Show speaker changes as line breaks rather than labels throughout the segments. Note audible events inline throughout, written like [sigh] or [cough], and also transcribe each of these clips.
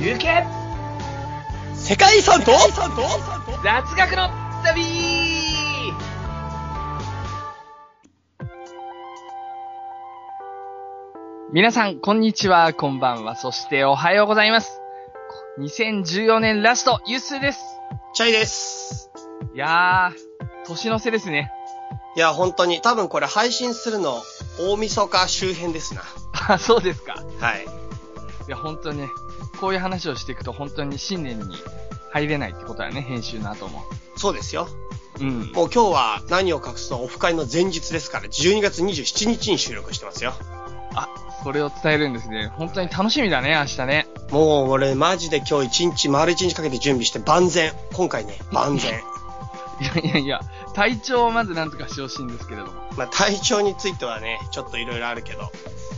ゆけ
世界遺産と
雑学の旅皆さん、こんにちは、こんばんは、そしておはようございます。2014年ラスト、ユッスーです。
チャイです。
いやー、年の瀬ですね。
いや、本当に、多分これ配信するの、大晦日周辺ですな。
あ、そうですか。
はい。
いや、本当にね、こういう話をしていくと本当に新年に入れないってことだね、編集の後も。
そうですよ。
うん。
もう今日は何を隠すのオフ会の前日ですから、12月27日に収録してますよ。
あ、それを伝えるんですね。本当に楽しみだね、明日ね。
もう俺マジで今日1日、丸1日かけて準備して万全。今回ね、万 [laughs] 全。
いやいやいや、体調をまずなんとかしてほしいんですけれども。
まあ体調についてはね、ちょっといろいろあるけど、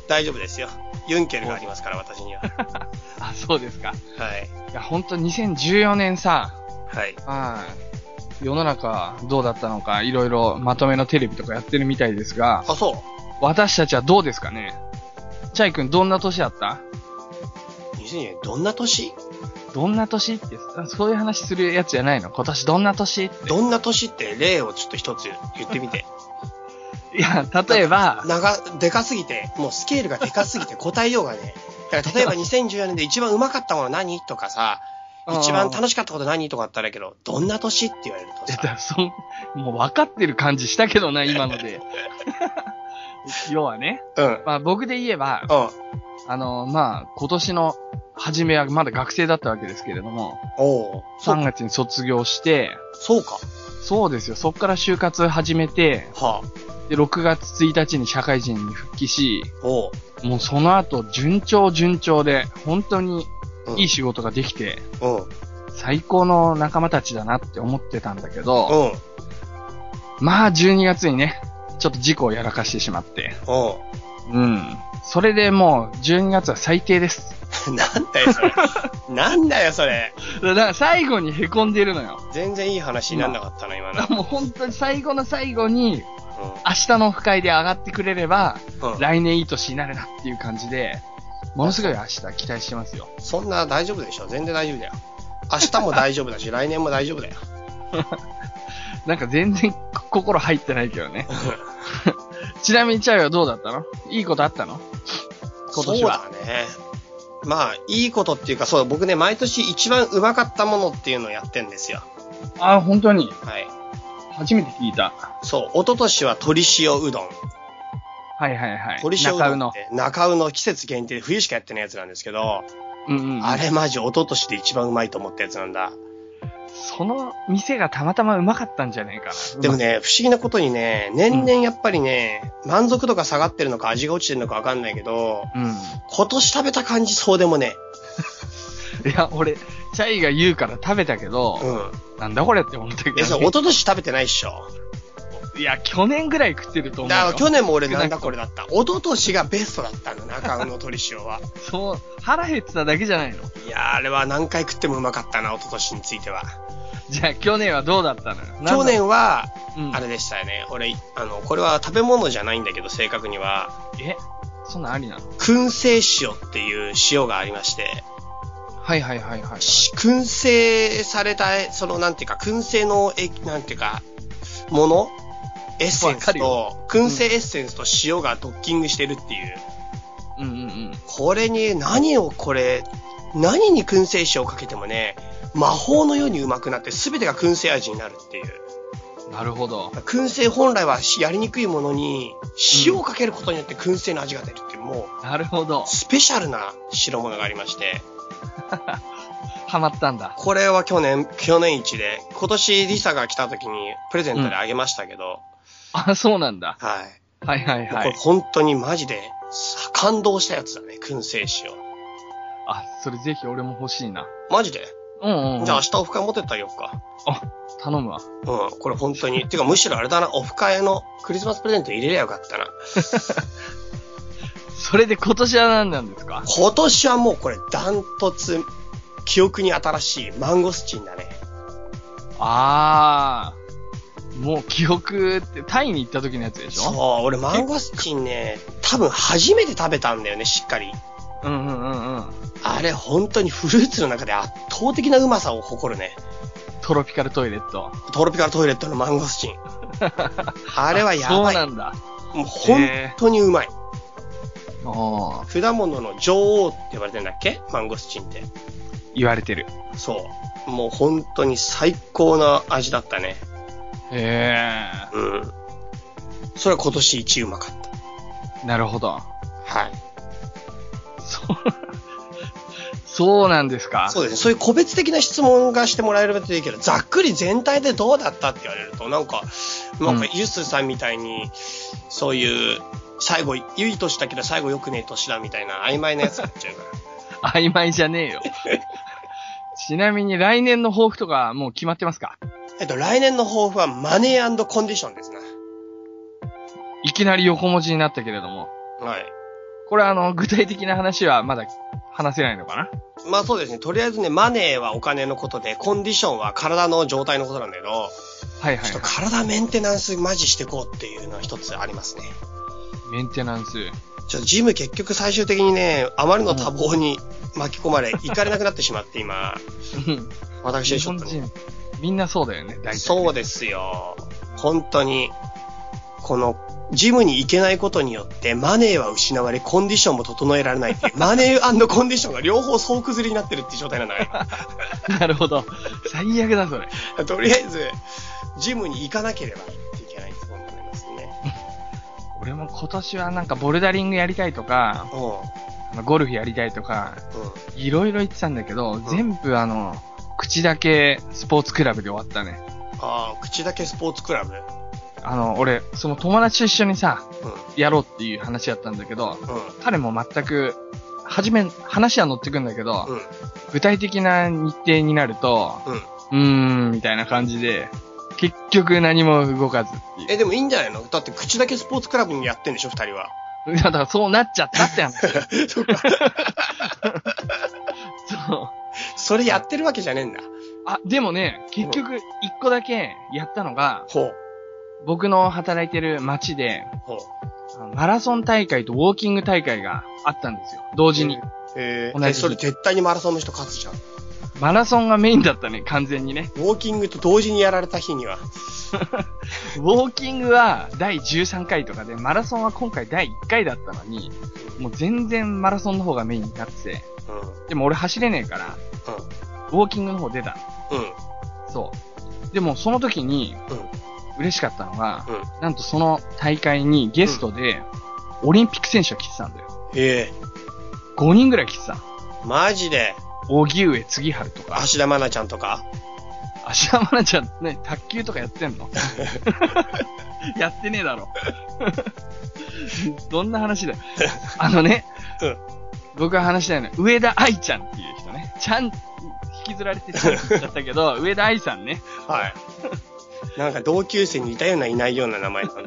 大丈夫ですよ。ユンケルがありますから、私 [laughs] には。は
あ、そうですか。
い。
いや、ほんと2014年さ、
はい。
はい。世の中どうだったのか、いろいろまとめのテレビとかやってるみたいですが、
あ、そ
私たちはどうですかねチャイ君どんな年だった
う ?2000 年、どんな年
どんな年って、そういう話するやつじゃないの今年どんな年って。
どんな年って例をちょっと一つ言って
[laughs]
みて。
いや、例えば、
長、でかすぎて、もうスケールがでかすぎて答えようがね。だから例え
[laughs]
ば2014年で一番うまかったもの何とかさ、一番
し
楽しかったこと何とかあったらいいけど、どんな年って言われると
い。
さ。
だそんもう分かってる感じしたけどな、今の
[laughs]
で。要はね、
うん。
まあ僕で言えば、
うん。
あの、まあ、今年の初めはまだ学生だったわけですけれども、
おうそう
3月に卒業して、
そうか。
そうですよ、そっから就活始めて、
はあ。
で、6月1日に社会人に復帰し、
おう
もうその後、順調順調で、本当に
うん
いい仕事ができて、
うん。うん。
最高の仲間たちだなって思ってたんだけど、まあ、12月にね、ちょっと事故をやらかしてしまって、
お
うん。それでもう、12月は最低です。
う [laughs] なんだ
[laughs]
よ、それ。なんだよ、それ。
だから最後に凹んでるのよ。
全然いい話になんなかったな、今
だ
な
か。 [laughs] らもう本当に最後の最後に、明日のオフ会で上がってくれれば、
うん。うん
来年いい年になるなっていう感じで、ものすごい明日期待してますよ。
そんな大丈夫でしょ。全然大丈夫だよ。明日も大丈夫だし、来年も大丈夫だよ。
なんか全然心入ってないけどね。ちなみにチャイはどうだったのいいことあったの今年は
そうだね。まあ、いいことっていうか、そう、僕ね、毎年一番うまかったものっていうのをやってんですよ。
あ、本当に。
はい。
初めて聞いた。
そう、一昨年は鶏塩うどん。
はいはいはい。
鶏塩う
中
ど
尾
んっ
の。
て中うの季節限定で冬しかやってないやつなんですけど、
うんうんうん。
あれマジ一昨年で一番うまいと思ったやつなんだ。
その店がたまたまうまかったんじゃないかな。
でも。ね、不思議なことにね、年々やっぱりね、満足度が下がってるのか味が落ちてるのかわかんないけど、
うん。
今年食べた感じそうでもね。
いや、俺、チャイが言うから食べたけど、
うん。
なんだこれって思ったけ
え、そ
ど
れ
ね、
一昨年食べてないっしょ。
いや、去年ぐらい食ってると思う
だから
よ。
去年も俺なんだこれだった。一昨年がベストだった
[laughs]
んだ、中野の鳥塩は。
そう、腹減ってただけじゃないの。 [laughs]
いやー、あれは何回食ってもうまかったな、一昨年については。
じゃあ去年はどうだったのよ。
去年は、
なんだ、
あ
うん、
れでしたよね。俺、あの、これは食べ物じゃないんだけど、正確には、
えそんなんありなの
燻製塩っていう塩がありまして、
はいはいはいはい。
し燻製された、その、なんていうか、燻製の、え、なんていうか、ものエッセン
わか
ス
る
と
よ、
燻製エッセンスと塩がドッキングしてるっていう。
うんうんうん。
これに、何をこれ、何に燻製酒をかけてもね、魔法のようにうまくなって全てが燻製味になるっていう。
なるほど。
燻製本来はやりにくいものに、塩をかけることによって燻製の味が出るっていう、も
なるほど
う、。スペシャルな白物がありまして、
ハマったんだ。 [laughs]
これは去年、去年一で、今年リサが来た時にプレゼントであげましたけど、
あ、そうなんだ。
はい。
はいはいは
これ
い。
本当にマジで、感動したやつだね、燻製塩。
あ、それぜひ俺も欲しいな。
マジで
うんうん。
じゃあ明日オフ会持ってったよっか。
頼むわ。
うん、これ本当に。てか、むしろあれだな、オフ会のクリスマスプレゼント入れりゃよかったな。
それで今年は何なんですか
今年はもうこれ、ダントツ、記憶に新しいマンゴスチンだね。
あー。もう記憶って、タイに行った時のやつでし
そう
ょ、
俺マンゴスチンね、多分初めて食べたんだよね、しっかり。
うんうんうんうん。
あれ本当にフルーツの中で圧倒的なうまさを誇るね。
トロピカルトイレット。
トロピカルトイレットのマンゴス
[laughs]
チン。あれはや
そう
ばい。
なんだ。
もう本当にうまい。
おー
果物の女王って言われてんだっけマンゴスチンって。
言われてる。
そう。もう本当に最高な味だったね。
へ
うん。それは今年一うまかっ
え。なるほど。
た。はい。
そう、 [laughs] そうなんですか
そうですね。そういう個別的な質問がしてもらえればいいけど、ざっくり全体でどうだったって言われると、なんか、なんか
うん
ユスさんみたいに、そういう、最後、いい年だけど最後良くねえ年だみたいな曖昧なやつになっちゃうから。 [laughs]
曖昧じゃねえよ。ちなみに来年の抱負とかもう決まってますか
えっと、来年の抱負はマネーコンディションですな。
いきなり横文字になったけれども。
はい。
これあの、具体的な話はまだ話せないのかな
まあそうですね。とりあえずね、マネーはお金のことで、コンディションは体の状態のことなんだけど、
はいは
ち
い、
ょっと
は
体メンテナンスマジしてこうっていうのは一つありますね。
い。メンテナンス。
ちょっとジム結局最終的にね、あまりの多忙に巻き込まれ、行かれなくなってしまって今、私
日
ちょ
本
っとね。
人、みんなそうだよね、大体、
そう
で。
ですよ。本当に、この、ジムに行けないことによって、マネーは失われ、コンディションも整えられないっていう、マネーコンディションが両方総崩れになってるっていう状態なんだか
[laughs] なるほど。最悪だ、それ。
ら
[laughs]
とりあえず、ジムに行かなければいけないってことになりますね。
俺も今年はなんかボルダリングやりたいとか、
う
あのゴルフやりたいとか、
ん。うん。
いろいろ言ってたんだけど、全部あの、口だけスポーツクラブで終わったね。
ああ、口だけスポーツクラブ。うん。
あの、俺、その友達と一緒にさ、やろうっていう話やったんだけど、
う
彼も全く、はじめ、話は乗ってくんだけど、
ん。うん。
具体的な日程になると、
うん。
うーん、みたいな感じで、結局何も動かずっていう。
え、でもいいんじゃないのだって口だけスポーツクラブにやってんでしょ、二人は。
いやだからそうなっちゃったって話。
[laughs] そっか。
そう。
それやってるわけじゃねえんだ。
あ、でもね、結局、一個だけやったのが、
ほう。
僕の働いてる街で、
ほう。
あのマラソン大会とウォーキング大会があったんですよ。同時に。。
え
同じ
え、それ絶対にマラソンの人勝つじゃん。
マラソンがメインだったね、完全にね。
ウォーキングと同時にやられた日には。
ウォーキングは第13回とかで、マラソンは今回第1回だったのに、もう全然マラソンの方がメインになってて、
うん。うん。
でも俺走れねえから、ウォーキングの方出た。
うん。
そう。でもその時に
うん。
嬉しかったのが、
うん。
なんとその大会にゲストで、オリンピック選手が来てたんだよ。
ええ
5人ぐらい来てた。
マジで、
荻上杉春とか、
芦田愛菜ちゃんとか
芦田愛菜ちゃんね、卓球とかやってんの [laughs] やってねえだろ。 [laughs] どんな話だよ。あのね、
うん
僕が話したいのは上田愛ちゃんっていう人ね。ちゃん、引きずられてちゃんって言っちゃったけ [laughs] ど、上田愛さんね、
はい。なんか同級生にいたようないないような名前なんだな。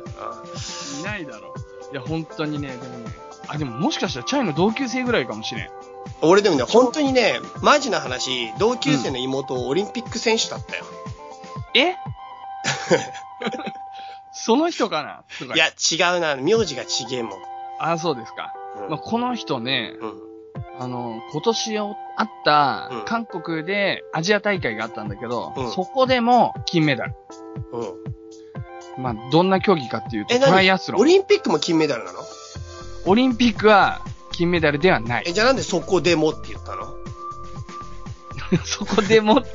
いないだろ。いや、本当にね、でもね、あ、でももしかしたらチャイの同級生ぐらいかもしれん。
俺でもね、本当にね、マジな話、同級生の妹、オリンピック選手だったよ。
[laughs] えその人かなとか。
いや、、違うな、名字がちげえもん。
あ、そうですか。
うん
まあ、この人ね、
うん。
あの、今年あった
うん
韓国でアジア大会があったんだけど、
うん
そこでも金メダル。
うん。
まあ、どんな競技かっていうと、
え
ト
何
ライアスロ
オ
ン。
リンピックも金メダルなの
オリンピックは金メダルではない。
え、じゃあなんでそこでもって言ったの
[laughs] そこでもって、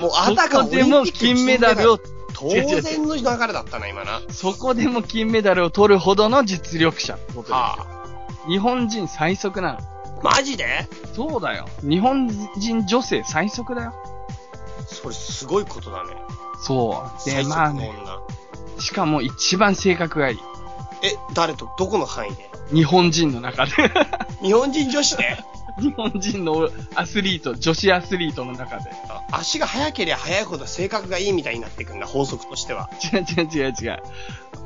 もうあ
そ
た
こ
かもオリ
で
ンピ
も
ック
金メダルを、
当然の流れだったな、今な。は
そこでも金メダルを取るほどの実力者ってことで
あ。
す。日本人最速なの。
マジで
そうだよ。日本人女性最速だよ。
それすごいことだね。
そう。で、
最速
まあ
の
ね、
女。
しかも一番性格がいい。
え、誰と、どこの範囲で
日本人の中で。
日本人女子で
日本人のアスリート、女子アスリートの中で。
あ足が速ければ速いほど性格がいいみたいになってくんだ、法則としては。
違う違う違う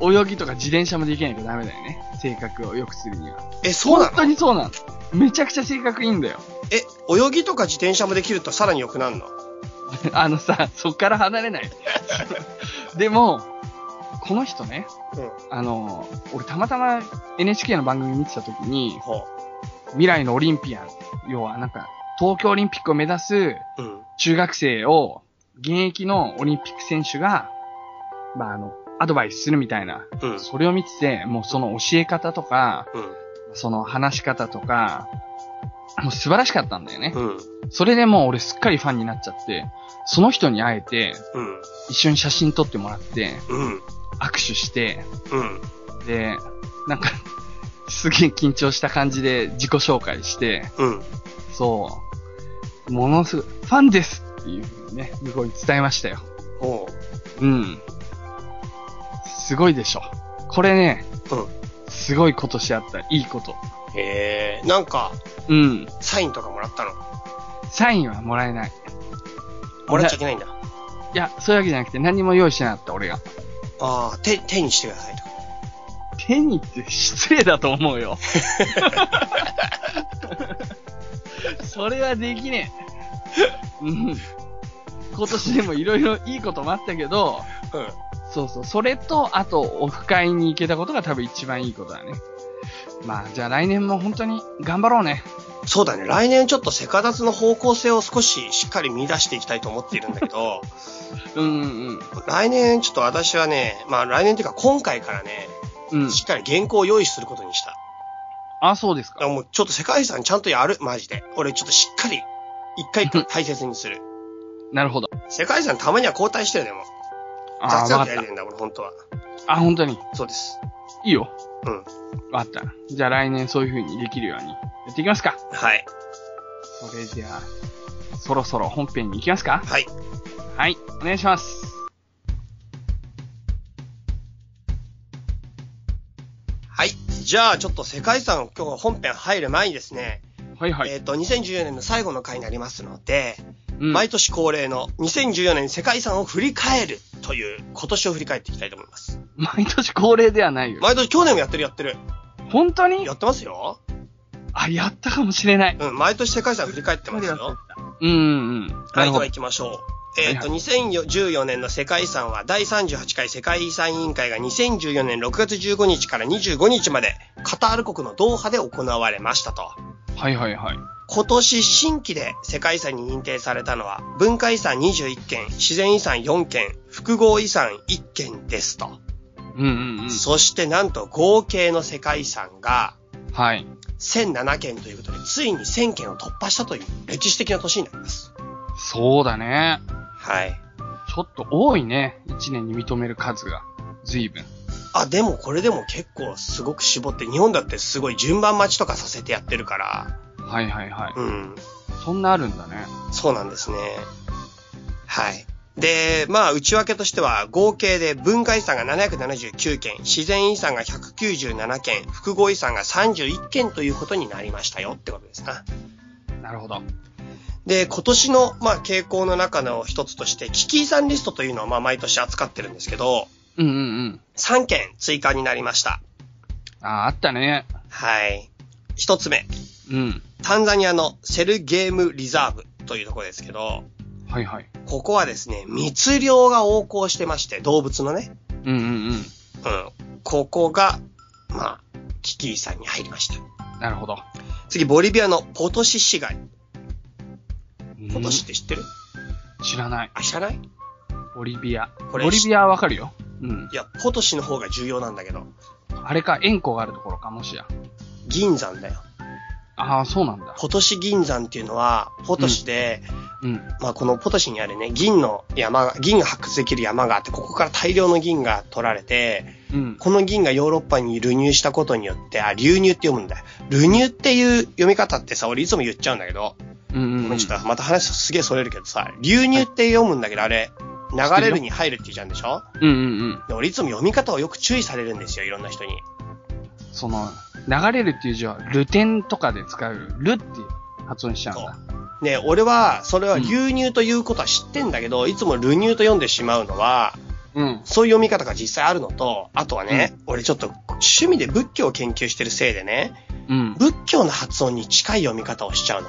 違う。泳ぎとか自転車もできないとダメだよね。性格を良くするには。
え、そ
本
うな
当
の
にそうなの。めちゃくちゃ性格いいんだよ。 [laughs]
え、泳ぎとか自転車もできるとさらに良くなるの
あのさ、そっから離れない。 [laughs] でも、この人ね、
うん。
あの、俺たまたま NHK の番組見てた時に、
ほ
未来のオリンピアン、要はなんか、東京オリンピックを目指す
うん。
中学生を、現役のオリンピック選手が、まあ、あの、アドバイスするみたいな。
うん。
それを見てて、もうその教え方とか、その話し方とか、もう素晴らしかったんだよね。
うん。うん。
それでもう俺すっかりファンになっちゃって、その人に会えて、
うん。
一緒に写真撮ってもらって、
うん。
握手して、
うん。
で、なんか、すげえ緊張した感じで自己紹介して、
うん。
そう、ものすごい、ファンですっていうふうにね、向こうに伝えましたよ。
おう。
うん。すごいでしょ。これね、
うん。
すごいことしあった。いいこと。
へえ、なんか、
うん。
サインとかもらったの
サインはもらえない。
もらっちゃいけないんだ。
いや、そういうわけじゃなくて何も用意してなかった、俺が。
ああ、手、手にしてくださいと。
手にって失礼だと思うよ。それはできねえ。うん。今年でもいろいろいいこともあったけど、
うん。
そうそう、それと、あと、オフ会に行けたことが多分一番いいことだね。まあ、じゃあ来年も本当に頑張ろうね。
そうだね。来年ちょっとセカダツの方向性を少ししっかり見出していきたいと思っているんだけ
[laughs]
ど、
うんうん
来年ちょっと私はね、まあ来年っていうか今回からね、
うん。うん。
しっかり原稿を用意することにした。
あ、そうです
だか
か。
らもうちょっと世界遺産ちゃんとやる、マジで。俺ちょっとしっかり、一回一回大切にす
[laughs]
る。
なるほど。
世界遺産たまには交代してよ、でも。
あ
雑
ー、わ
談
か
ってや
っ
りてんだ、俺本当は。
た。あ、本当に。
そうです。
いいよ。
うん。
わかった。じゃあ来年そういう風にできるようにやっていきますか。
はい。
それじゃあ、そろそろ本編に行きますか
はい。
はい、お願いします。
はい。じゃあちょっと世界遺産今日本編入る前にですね、
はいはい。
えっ、と、2014年の最後の回になりますので、
うん、
毎年恒例の2014年世界遺産を振り返るという、今年を振り返っていきたいと思います。
毎年恒例ではないよ。
毎年去年もやってるやってる。
本当に
やってますよ。
あ、やったかもしれない。
うん、毎年世界遺産振り返ってます
や
よ。
うんうん。な
は
る
い、で
ほ
は
ど。
行きましょう。えっ、と、
は
2014年の世界遺産は第38回世界遺産委員会が2014年6月15日から25日までカタール国のドーハで行われましたと。
はいはいはい。
今年新規で世界遺産に認定されたのは文化遺産21件、自然遺産4件、複合遺産1件ですと。
うんうんうん。
そしてなんと合計の世界遺産が
はい。
1007件ということで、ついに1000件を突破したという歴史的な年になります。
そうだね。
はい。
ちょっと多いね。一年に認める数が。随分。
あ、でもこれでも結構すごく絞って、日本だってすごい順番待ちとかさせてやってるから、
はいはいはい。
うん。
そんなあるんだね。
そうなんですね。はい。で、まあ、内訳としては、合計で文化遺産が779件、自然遺産が197件、複合遺産が31件ということになりましたよってことですな。
なるほど。
で、今年の、まあ、傾向の中の一つとして、危機遺産リストというのを、まあ、毎年扱ってるんですけど、
うんうんうん。
3件追加になりました。
あ、あったね。
はい。一つ目、
うん。
タンザニアのセルゲームリザーブというところですけど、
はいはい。
ここはですね、密漁が横行してまして、動物のね。
うんうんうん。
うん。ここが、まあ、危機遺産に入りました。
なるほど。
次、ボリビアのポトシ市街。
今
ポトシって知ってる、
知らない。
あ、知らない
ボリビア。
これ
ボリビアはわかるよ。うん
い。や、ポトシの方が重要なんだけど、
あれか、円光があるところか、もしや。
銀山だよ。
ああ、そうなんだ。
ポトシ銀山っていうのは、ポトシで、
うん。
まあこのポトシにあるね、銀の山が、銀が発掘できる山があって、ここから大量の銀が取られて、
うん。
この銀がヨーロッパに流入したことによって、あ、流入って読むんだよ。流入っていう読み方ってさ、俺いつも言っちゃうんだけど、
うんうん
ご
う
め
ん
ん、ちょっとまた話すげえそれるけどさ、流入って読むんだけど、あれ、流れるに入るって言うじゃんでしょ
うんうんうん。
で俺いつも読み方をよく注意されるんですよ、いろんな人に。
その、流れるっていう字は、ルテンとかで使う、ルって発音しちゃうんだ。
ね、俺は、それは流入ということは知ってんだけど、いつも流入と読んでしまうのは、
うん。
そういう読み方が実際あるのと、あとはね、俺ちょっと趣味で仏教を研究してるせいでね、
うん。
仏教の発音に近い読み方をしちゃうの。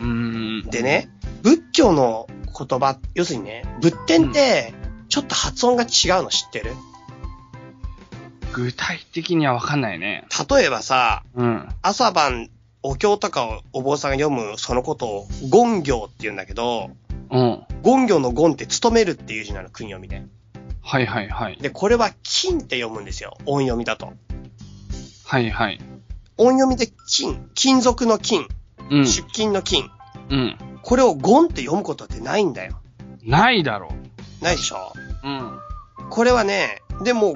うん。
でね、仏教の言葉、要するにね、仏典って、ちょっと発音が違うの知ってる
具体的にはわかんないね。
例えばさ、
うん。
朝晩お経とかをお坊さんが読むそのことを、言行って言うんだけど、
うん。
言行の言って勤めるっていう字なの、訓読みで。
はいはいはい。
で、これは金って読むんですよ。音読みだと。
はいはい。
音読みで金、金属の金、
うん。
出金の金。
うん。
これをゴンって読むことってないんだよ。
ないだろ
ないでしょ
う。うん。
これはね、でも、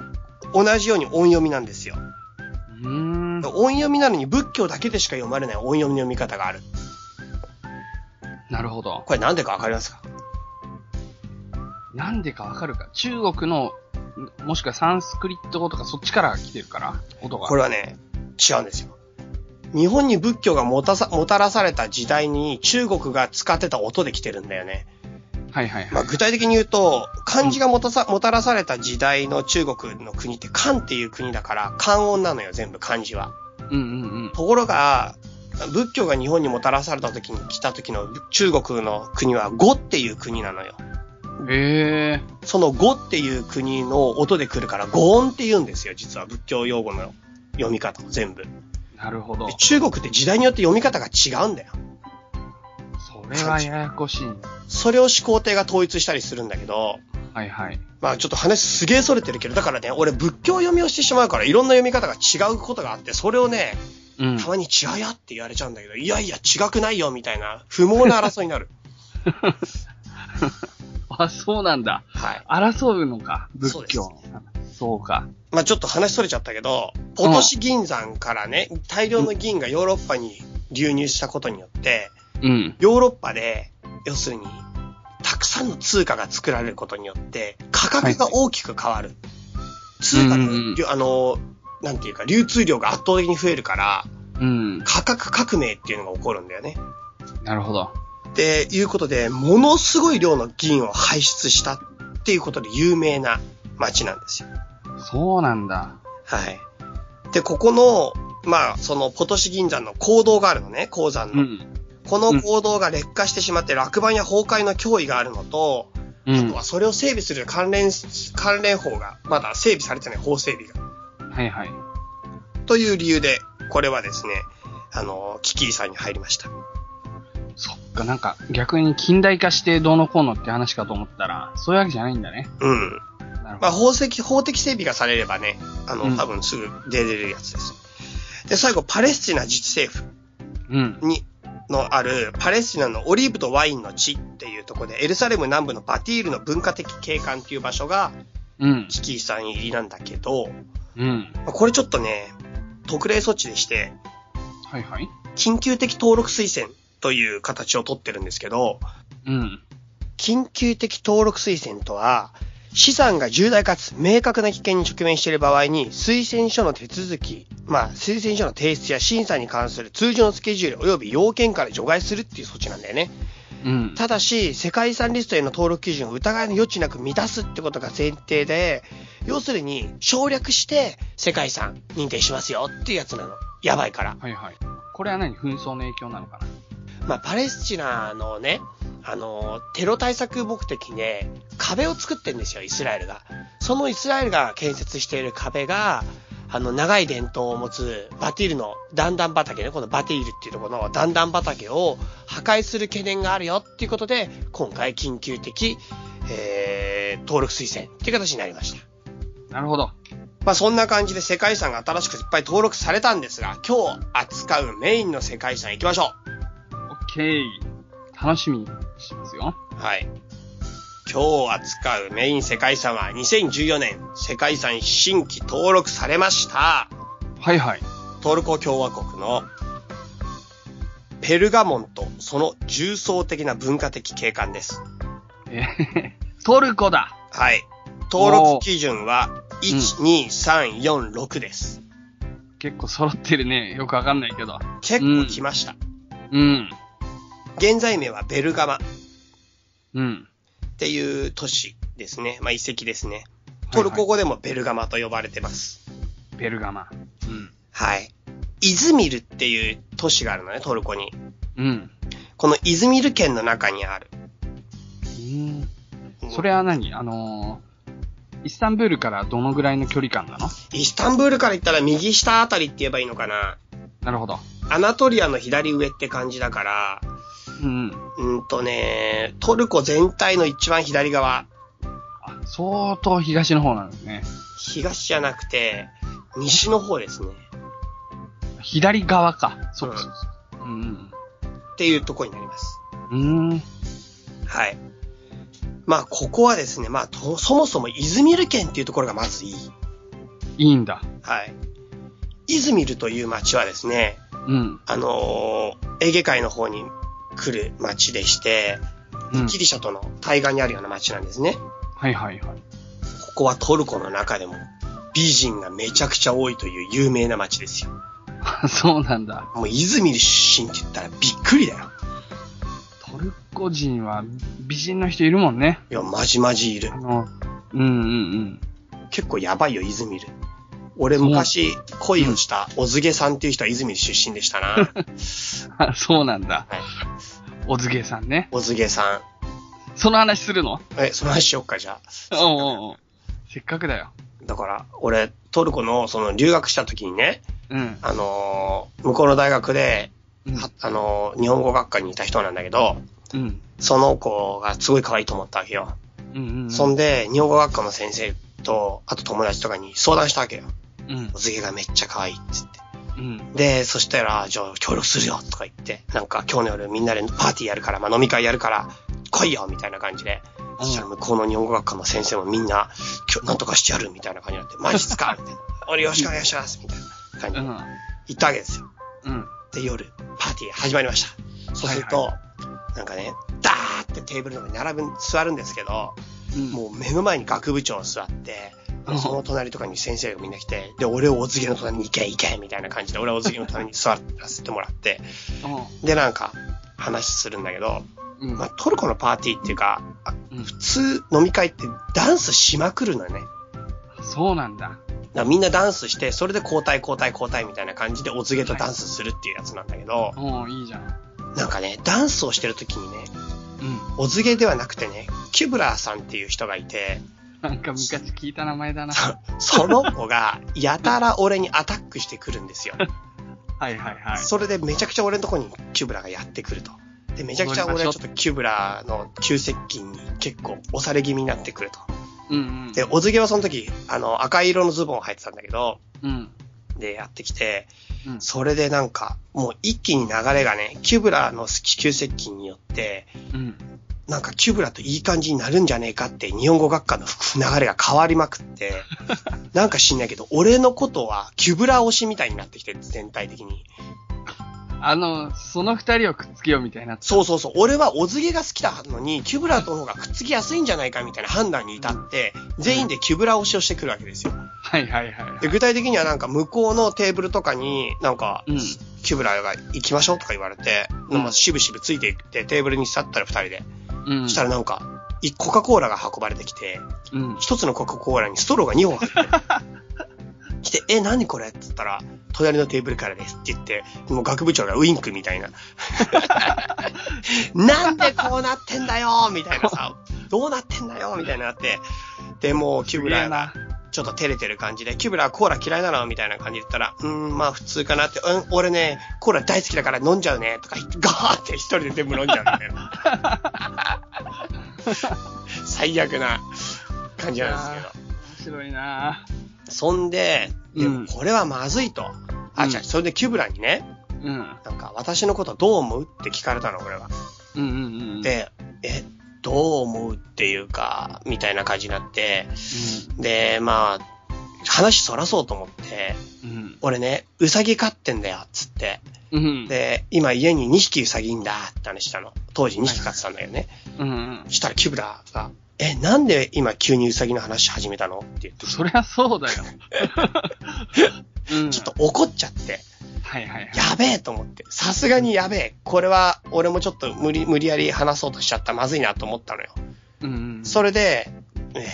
同じように音読みなんですよ。
うーん。
音読みなのに仏教だけでしか読まれない音読みの読み方がある。
なるほど。
これなんでかわかりますか
なんでかわかるか。中国の、もしくはサンスクリット語とかそっちから来てるから、音が。
これはね、違うんですよ。日本に仏教がもたさもたらされた時代に中国が使ってた音で来てるんだよね。
はいはい
ま
は
あ、
い。
具体的に言うと、漢字がもたさもたらされた時代の中国の国って漢っていう国だから漢音なのよ、全部漢字は。
うんうんうん。
ところが、仏教が日本にもたらされた時に来た時の中国の国は語っていう国なのよ。
へえ。
その語っていう国の音で来るから語音って言うんですよ、実は仏教用語の読み方を全部。
なるほど
で。中国って時代によって読み方が違うんだよ。
それはややこしい。
それを始皇帝が統一したりするんだけど、
はいはい。
まあちょっと話すげえ逸れてるけど、だからね、俺仏教読みをしてしまうからいろんな読み方が違うことがあって、それをね、
うん。
たまに違うやって言われちゃうんだけど、いやいや違くないよみたいな不毛な争いになる。
あ、そうなんだ。
はい。
争うのか、
そ
仏
うです
教の。そうか。
まあちょっと話それちゃったけど、ポトシ銀山からね、大量の銀がヨーロッパに流入したことによって、
うん。
ヨーロッパで、要するに、たくさんの通貨が作られることによって、価格が大きく変わる。通貨
うんうん
の、あの、なんていうか、流通量が圧倒的に増えるから、
うん。
価格革命っていうのが起こるんだよね。
なるほど。
っていうことで、ものすごい量の銀を排出したっていうことで有名な街なんですよ。
そうなんだ。
はい。で、ここの、まあ、その、ポトシ銀山の坑道があるのね、鉱山
う
の。
ん。
この坑道が劣化してしまって落盤や崩壊の脅威があるのと、
う
あ
ん
と。はそれを整備する関連、関連法が、まだ整備されてない法整備が。
はいはい。
という理由で、これはですね、あの、キキリさんに入りました。
そっか、なんか逆に近代化してどうのこうのって話かと思ったら、そういうわけじゃないんだね。
うん。
なるほ
まあ、
ど。
法的、法的整備がされればね、あ
う
の、
ん
多分すぐ出れるやつです。で、最後、パレスチナ自治政府
うん。
に、のあるパレスチナのオリーブとワインの地っていうところでエルサレム南部のバティールの文化的景観っていう場所が
うん。
キキさん入りなんだけど、
うん。
まあこれちょっとね、特例措置でして、
はいはい。
緊急的登録推薦という形をとってるんですけど、
うん。
緊急的登録推薦とは、資産が重大かつ明確な危険に直面している場合に、推薦書の手続き、まあ、推薦書の提出や審査に関する通常のスケジュール及び要件から除外するっていう措置なんだよね。
うん。
ただし、世界遺産リストへの登録基準を疑いの余地なく満たすってことが前提で、要するに省略して世界遺産認定しますよっていうやつなの。やばいから。
はいはい。これは何紛争の影響なのかな
まあ、パレスチナのね、あの、テロ対策目的で壁を作ってんですよ、イスラエルが。そのイスラエルが建設している壁が、あの、長い伝統を持つバティールの段々畑ね、このバティールっていうところの段々畑を破壊する懸念があるよっていうことで、今回緊急的、えー、登録推薦っていう形になりました。
なるほど。
まあそんな感じで世界遺産が新しくいっぱい登録されたんですが、今日扱うメインの世界遺産行きましょう。
オッケー。楽しみにしてますよ。
はい。今日扱うメイン世界遺産は2014年世界遺産新規登録されました。
はいはい。
トルコ共和国のペルガモンとその重層的な文化的景観です。
えへへトルコだ。
はい。登録基準は12346です。
結構揃ってるね。よくわかんないけど。
結構来ました。
うん。
現在名はベルガマっ
うん。
ていう都市ですね。まあ遺跡ですね。トルコ語でもベルガマと呼ばれてます。
ベルガマ。
はい。イズミルっていう都市があるのね、トルコに。
うん。うん。
このイズミル県の中にある。
うん。それは何あのー、イスタンブールからどのぐらいの距離感なの
イスタンブールから行ったら右下あたりって言えばいいのかな。
なるほど。
アナトリアの左上って感じだから、
うん。
うんとね、トルコ全体の一番左側、
あ相当東の方なんですね。
東じゃなくて、西の方ですね。
左側か。そうかそうかそう。うん
っていうとこになります。
うん。うーん。
はい。まあ、ここはですね、まあ、とそもそもイズミル県っていうところがまずいい。
いいんだ。
はい。イズミルという町はですね、
うん。
あのーエーゲ海の方に来る町でして、
うん。
ギリシャとの対岸にあるような町なんですね。
はいはいはい。
ここはトルコの中でも美人がめちゃくちゃ多いという有名な町ですよ。
[laughs] そうなんだ。
もうイズミル出身って言ったらびっくりだよ。
トルコ人は美人の人いるもんね。
いや、まじまじいる
あ。の、うんうん
結構やばいよ、イズミル。俺昔恋をしたおずげさんっていう人はイズミル出身
[laughs]
でしたな。
うん。 [laughs] あそうなんだ。
はい
おずげさんね。
おずげさ
その話するの
ん。え、その話しよっか、じゃあ。
うんうんうん。せっかくだよ。
だから、俺、トルコの、その、留学した時にね、
うん。
あのー向こうの大学で、
うん
はあのー日本語学科にいた人なんだけど、
うん。
その子がすごい可愛いと思ったわけよ。
うんうんうん。
そんで、日本語学科の先生と、あと友達とかに相談したわけよ。
うん
お。告げがめっちゃ可愛いって言って。
うん。
で、そしたら、じゃあ協力するよとか言って、なんか今日の夜みんなでパーティーやるから、まあ飲み会やるから、来いよみたいな感じで。そしたら向こうの日本語学科の先生もみんな、今日なんとかしてやるみたいな感じになって、マジっすかみたいな。俺よろしくお願いしますみたいな感じ
う
で
ん。
言ったわけですよ。
うん。
で、夜、パーティー始まりました。そうすると、
は
なんかね、ダーってテーブルの上に並ぶ、座るんですけど、
うん。
もう目の前に学部長座って、
うん
その隣とかに先生がみんな来て、で、俺をお告げの隣に行け行けみたいな感じで、俺はお告げの隣に座らせてもらって、で、なんか話するんだけど、
うん。うん
まあ、トルコのパーティーっていうか、あ
うん
普通飲み会ってダンスしまくるのよね。
そうなんだ。
だからみんなダンスして、それで交代交代交代みたいな感じでお告げとダンスするっていうやつなんだけど、
うん、いいじゃん。
なんかね、ダンスをしてる時にね、
うん。
お告げではなくてね、キュブラーさんっていう人がいて、
なんか昔聞いた名前だな。
その子が、やたら俺にアタックしてくるんですよ。
はいはいはい。
それでめちゃくちゃ俺のとこにキュブラがやってくると。で、めちゃくちゃ俺はちょっとキュブラの急接近に結構押され気味になってくると。
うんうん。
で、お告げはその時、あの、赤い色のズボンを履いてたんだけど、
うん。
で、やってきて、
うん。
それでなんか、もう一気に流れがね、キュブラの急接近によって、
うん。
なんかキュブラといい感じになるんじゃねえかって日本語学科の流れが変わりまくって、
[laughs]
なんか知んないけど、俺のことはキュブラ推しみたいになってきてる、全体的に。
あの、その二人をくっつけようみたいになって。
そうそうそう、俺はお告げが好きだのに、キュブラとの方がくっつきやすいんじゃないかみたいな判断に至って、全員でキュブラ推しをしてくるわけですよ。
はいはいは
で具体的にはなんか向こうのテーブルとかになんか
い。うん。
キュブラが行きましょうとか言われて、
うん
まあしぶしぶついていってテーブルに去ったら二人で。
うん。
そしたらなんか、いコカ・コーラが運ばれてきて、
うん。
一つのコカ・コーラにストローが2本入ってる。 [laughs] 来て、え、何これって言ったら、隣のテーブルからですって言って、もう学部長がウインクみ
[laughs]
たいな。なんでこうなってんだよみたいなさ、どうなってんだよみたいになって、で、もうキュブラが
な。
ちょっと照れてる感じで、キュブラはコーラ嫌いなのみたいな感じで言ったら、うーん、まあ普通かなって、うん、俺ね、コーラ大好きだから飲んじゃうね、とか言って、ガーって一人で全部飲んじゃうみ
[laughs]
たいな。最悪な感じなんですけど。
面白いな。
そんで、で
うん
もこれはまずいと。
う
あ、
ん
じゃあ、それでキュブラにね、
うん。
なんか、私のことどう思うって聞かれたの、俺は。
うんうんうん。、
で、え、どう思うっていうか、みたいな感じになって、で、まあ、話そらそうと思って、
うん。
俺ね、ウサギ飼ってんだよ、つって。
うん。、
で、今家に2匹ウサギいんだ、って話したの。当時2匹飼ってたんだよね。
うんうん
そ。したらキュブラが、え、なんで今急にウサギの話始めたのって言って、
そりゃそうだよ。うん。
[laughs] ちょっと。怒っちゃって。
はいはいはい。
やべえと思って、さすがにやべえ。これは、俺もちょっと無理、無理やり話そうとしちゃった。まずいなと思ったのよ。
うんうん。
それで、ね、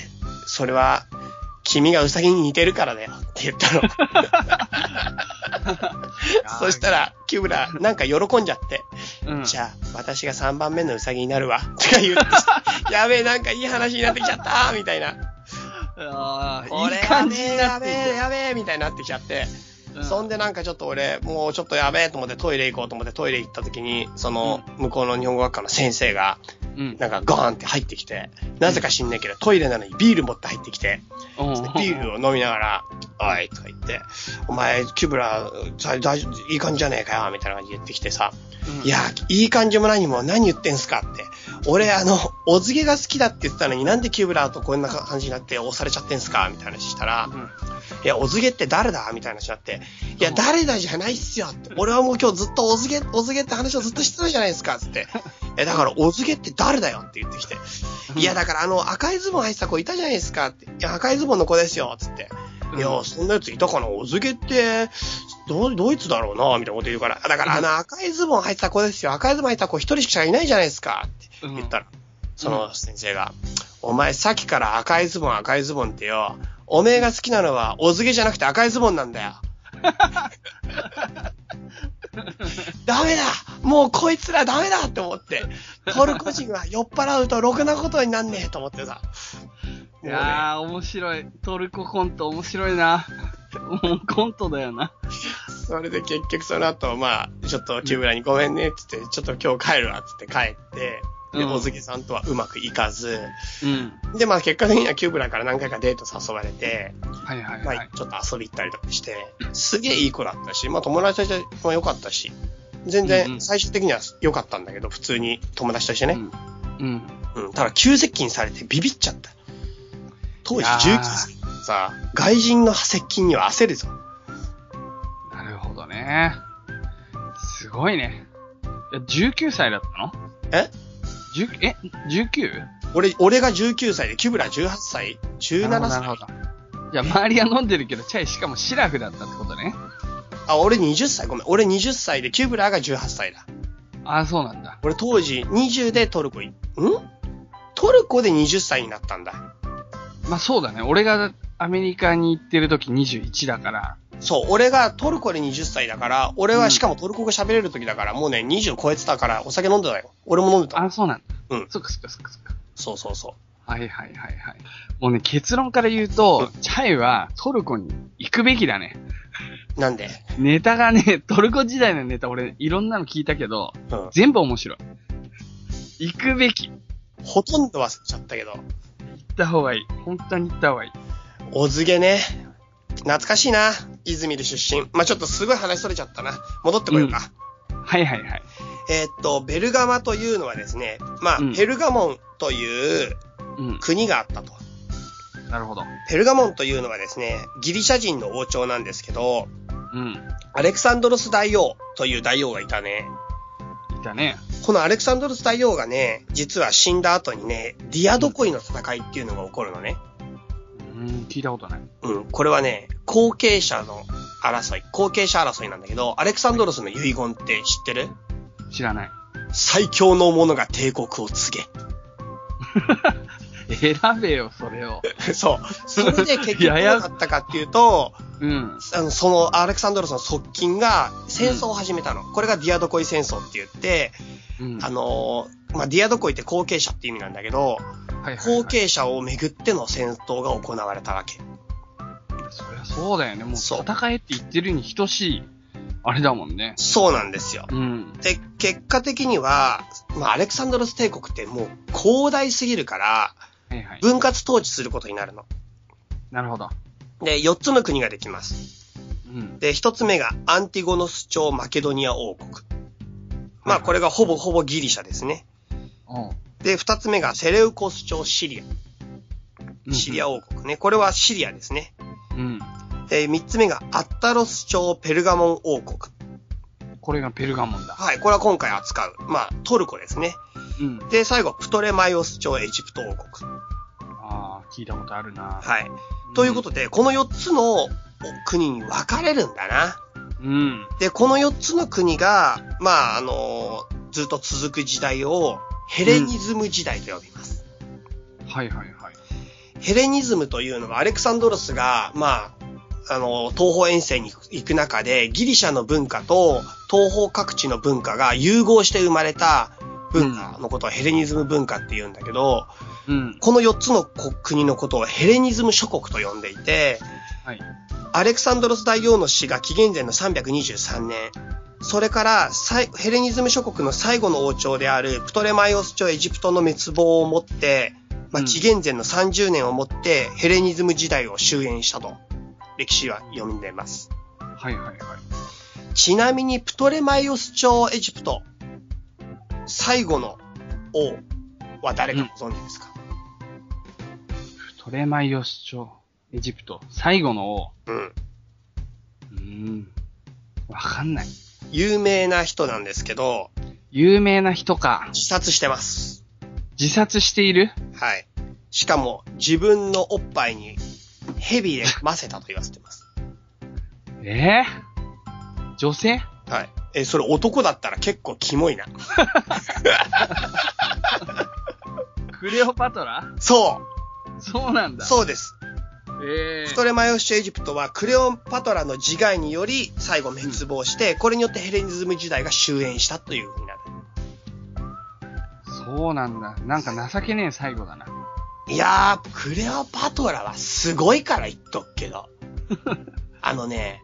それは、君がウサギに似てるからだよって
[laughs]
言ったの。そしたら、キュブラ、なんか喜んじゃって、
うん、
じゃあ、私が3番目のウサギになる
[laughs]
わ。とか言って、やべえ、なんかいい話になってきちゃったみたいな。
あー
俺
いい
は
感じ
ね、
にな
や
っ
べ
て
え、
ん
やべえ、みたいになってきちゃって。
うん
そんでなんかちょっと俺、もうちょっとやべえと思ってトイレ行こうと思ってトイレ行った時に、その向こうの日本語学科の先生が、
うん。
なんかゴーンって入ってきて、なぜか知んないけどトイレなのにビール持って入ってきて、ビールを飲みながら、おいとか言って、お前、キュブラ、さ大丈夫いい感じじゃねえかよ、みたいな感じで言ってきてさ、
うん
いや、いい感じも何も何言ってんすかって。俺、あの、お告げが好きだって言ってたのになんでキュブラとこんな感じになって押されちゃってんすかみたいな話したら、
うん
いや、お告げって誰だみたいな話になって、いや、誰だじゃないっすよって。俺はもう今日ずっとお告げ、お告げって話をずっとしてたじゃないですかつって。え、だから、お告げって誰だよって言ってきて。いや、だからあの、赤いズボン入ってた子いたじゃないですかって。いや、赤いズボンの子ですよつって。いや、そんなやついたかなお告げって、ど、ドイツだろうなみたいなこと言うから。だから、
[laughs]
あの、赤いズボン入ってた子ですよ。赤いズボン入ってた子一人しかいないじゃないですかって。
うん
言ったら、その先生が、お前さっきから赤いズボン赤いズボンってよ、おめえが好きなのはお告げじゃなくて赤いズボンなんだ
[laughs]
よ。ダメだもうこいつらダメだって思って、トルコ人は酔っ払うとろくなことになんねえと思ってさ。
い
もうね
やー、面白い。トルココント面白いな。もうコントだよな。
それで結局その後、まあ、ちょっと木村にごめんねって言って、ちょっと今日帰るわってって帰って、で、
うん
おずきさんとはうまくいかず、
うん。
で、まあ結果的にはキューブラから何回かデート誘われて、
はいはい
ま
は
あ
い。
ちょっと遊び行ったりとかして、すげえいい子だったし、まあ友達としても良かったし、全
うんう
然
ん
最終的には良かったんだけど、普通に友達として
う
ね。
ん。うん。
うん。ただ急接近されてビビっちゃった。当時
いやー
19歳。さあ、外人の接近には焦るぞ。
なるほどね。すごいね。え、19歳だったの
え
19え、19?
俺、俺が19歳で、キュブラ18歳 ?17
なるほど。
歳
なるほどじゃあ、周りは飲んでるけど、チャイ、しかもシラフだったってことね。
あ、俺20歳、ごめん。俺20歳で、キュブラが18歳だ。
ああ、そうなんだ。
俺当時20でトルコい、んトルコで20歳になったんだ。
まあそうだね。俺がアメリカに行ってる時21だから。
そう、俺がトルコで20歳だから、俺はしかもトルコ語喋れる時だから、もうね、20超えてたから、お酒飲んでたよ。俺も飲んでた。
ああ、そうなんだ。
うん
そっかそっかそっかそっか。
そうそうそ
はいはいはいはい。もうね、結論から言う
[laughs]
と、チャイはトルコに行くべきだね。
う。なんで
ネタがね、 [laughs] トルコ時代のネタ俺、いろんなの聞いたけど、
うん。
全部面白い。行くべき。行
ほとんど忘れちゃったけど、
った方がいい。本当に行った方がいい。
お告げね。懐かしいな。泉で出身。まあ、ちょっとすごい話それちゃったな。戻ってこようか。
うんはいはいはい。
えーっと、ベルガマというのはですね、まあ、
うん
ペルガモンという
うん。
国があったと。
なるほど。
ペルガモンというのはですね、ギリシャ人の王朝なんですけど、
うん。
アレクサンドロス大王という大王がいたね。
いたね。
このアレクサンドロス大王がね、実は死んだ後にね、ディアドコイの戦いっていうのが起こるのね。
うん、聞いたことない。
うん、これはね、後継者の争い、後継者争いなんだけど、アレクサンドロスの遺言って知ってる
知らない。
最強の者が帝国を告げ。 [laughs]
選べよ、それを。
そう。それで結局どう
やや
なったかっていうと、
うん。
あのそのアレクサンドロスの側近が戦争を始めたの。これがディアドコイ戦争って言って、
うん。
あのーまあ、ディアドコイって後継者って意味なんだけど、
はいはいはい
後継者をめぐっての戦闘が行われたわけ。
そりゃそうだよね。もう
そう
戦えって言ってるに等しい、あれだもんね。
そうなんですよ。
うん。
で、結果的には、まあ、アレクサンドロス帝国ってもう広大すぎるから、
はいはい。
分割統治することになるの。
なるほど。
で、4つの国ができます。
うん。
で、1つ目がアンティゴノス朝マケドニア王国。
は
まあ、
い
これがほぼほぼギリシャですね。
お
で、2つ目がセレウコス朝シリ
う
ア。シリア王国ね。これはシリアですね。
うん。
で、3つ目がアッタロス朝ペルガモン王国。
これがペルガモンだ。
はい、これは今回扱う。まあ、トルコですね。
うん。
で、最後、プトレマイオス朝エジプト王国。
ああ、聞いたことあるな。
はい。ということで、この4つの国に分かれるんだな。
うん。
で、この4つの国が、まあ、あのずっと続く時代をヘレニズム時代と呼びます。
はいはいはい。
ヘレニズムというのはアレクサンドロスが、まあ、あの、東方遠征に行く中で、ギリシャの文化と東方各地の文化が融合して生まれた文化のことをヘレニズム文化って言うんだけど、
うん。
この4つの国国のことをヘレニズム諸国と呼んでいて、
はい。
アレクサンドロス大王の死が紀元前の323年、それから最ヘレニズム諸国の最後の王朝であるプトレマイオス朝エジプトの滅亡をもって、まあ、
うん
紀元前の30年をもってヘレニズム時代を終焉したと、歴史は読んでます。
はいはいはい。
ちなみにプトレマイオス朝エジプト、最後の王は誰かご存知ですか、
トレマイオス朝、エジプト、最後の王。
うん、
うーん。わかんない。
有名な人なんですけど、
有名な人か。
自殺してます。
自殺している
はい。しかも、自分のおっぱいに蛇で混ぜたと言わせてます。
ええ女性
はい。え、それ男だったら結構キモいな。
クレオパトラ
そ
そうなん
う
だ。
そうです。
う。ええ
プトレマイオス朝エジプトはクレオパトラの自害により最後滅亡して、これによってヘレニズム時代が終焉したというふうになる。
そうなんだ。なんか情けねえ最後だな。
いやー、クレオパトラはすごいから言っとくけど。あのね、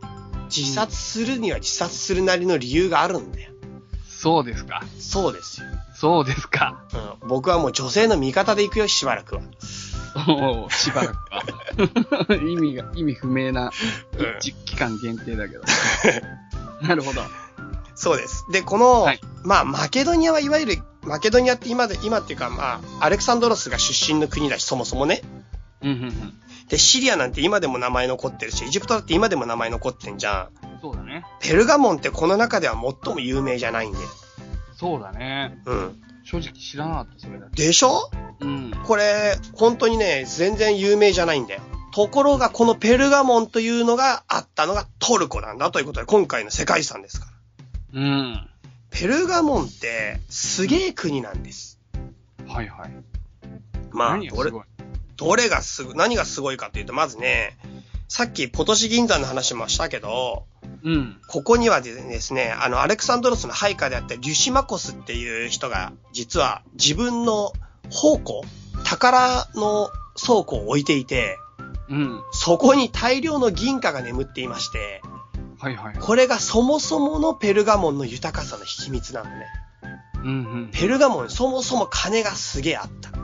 自殺するには自殺するなりの理由があるんだよ。
そうですか。
そうですよ。
そうですか。
うん、僕はもう女性の味方で行くよ、しばらくは。
おうしばらくか。 [laughs] 意味が、意味不明な、
うん
実期間限定 [laughs] だけど。なるほど。
そうです。で、この、
はい
まあ、マケドニアはいわゆる、マケドニアって今で、今っていうか、まあ、アレクサンドロスが出身の国だし、そもそもね。
うんうんうん。
で、シリアなんて今でも名前残ってるし、エジプトだって今でも名前残ってんじゃん。
そうだね。
ペルガモンってこの中では最も有名じゃないんで。
そうだね。
うん。
正直知らなかった、それだけ。
でしょ
うん。
これ、本当にね、全然有名じゃないんだよ。ところが、このペルガモンというのがあったのがトルコなんだということで、今回の世界遺産ですから。
うん。
ペルガモンって、すげえ国なんです。
はいはい。
まあ、
何が
ど
す
れ、
ごい。
どれがすご、何がすごいかというと、まずね、さっき、ポトシ銀山の話もしたけど、
うん。
ここにはですね、あの、アレクサンドロスの配下であったリュシマコスっていう人が、実は自分の宝庫、宝の倉庫を置いていて、
うん。
そこに大量の銀貨が眠っていまして、
はいはい。
これがそもそものペルガモンの豊かさの秘密なのね。
うんうん。
ペルガモンそもそも金がすげえあった。
な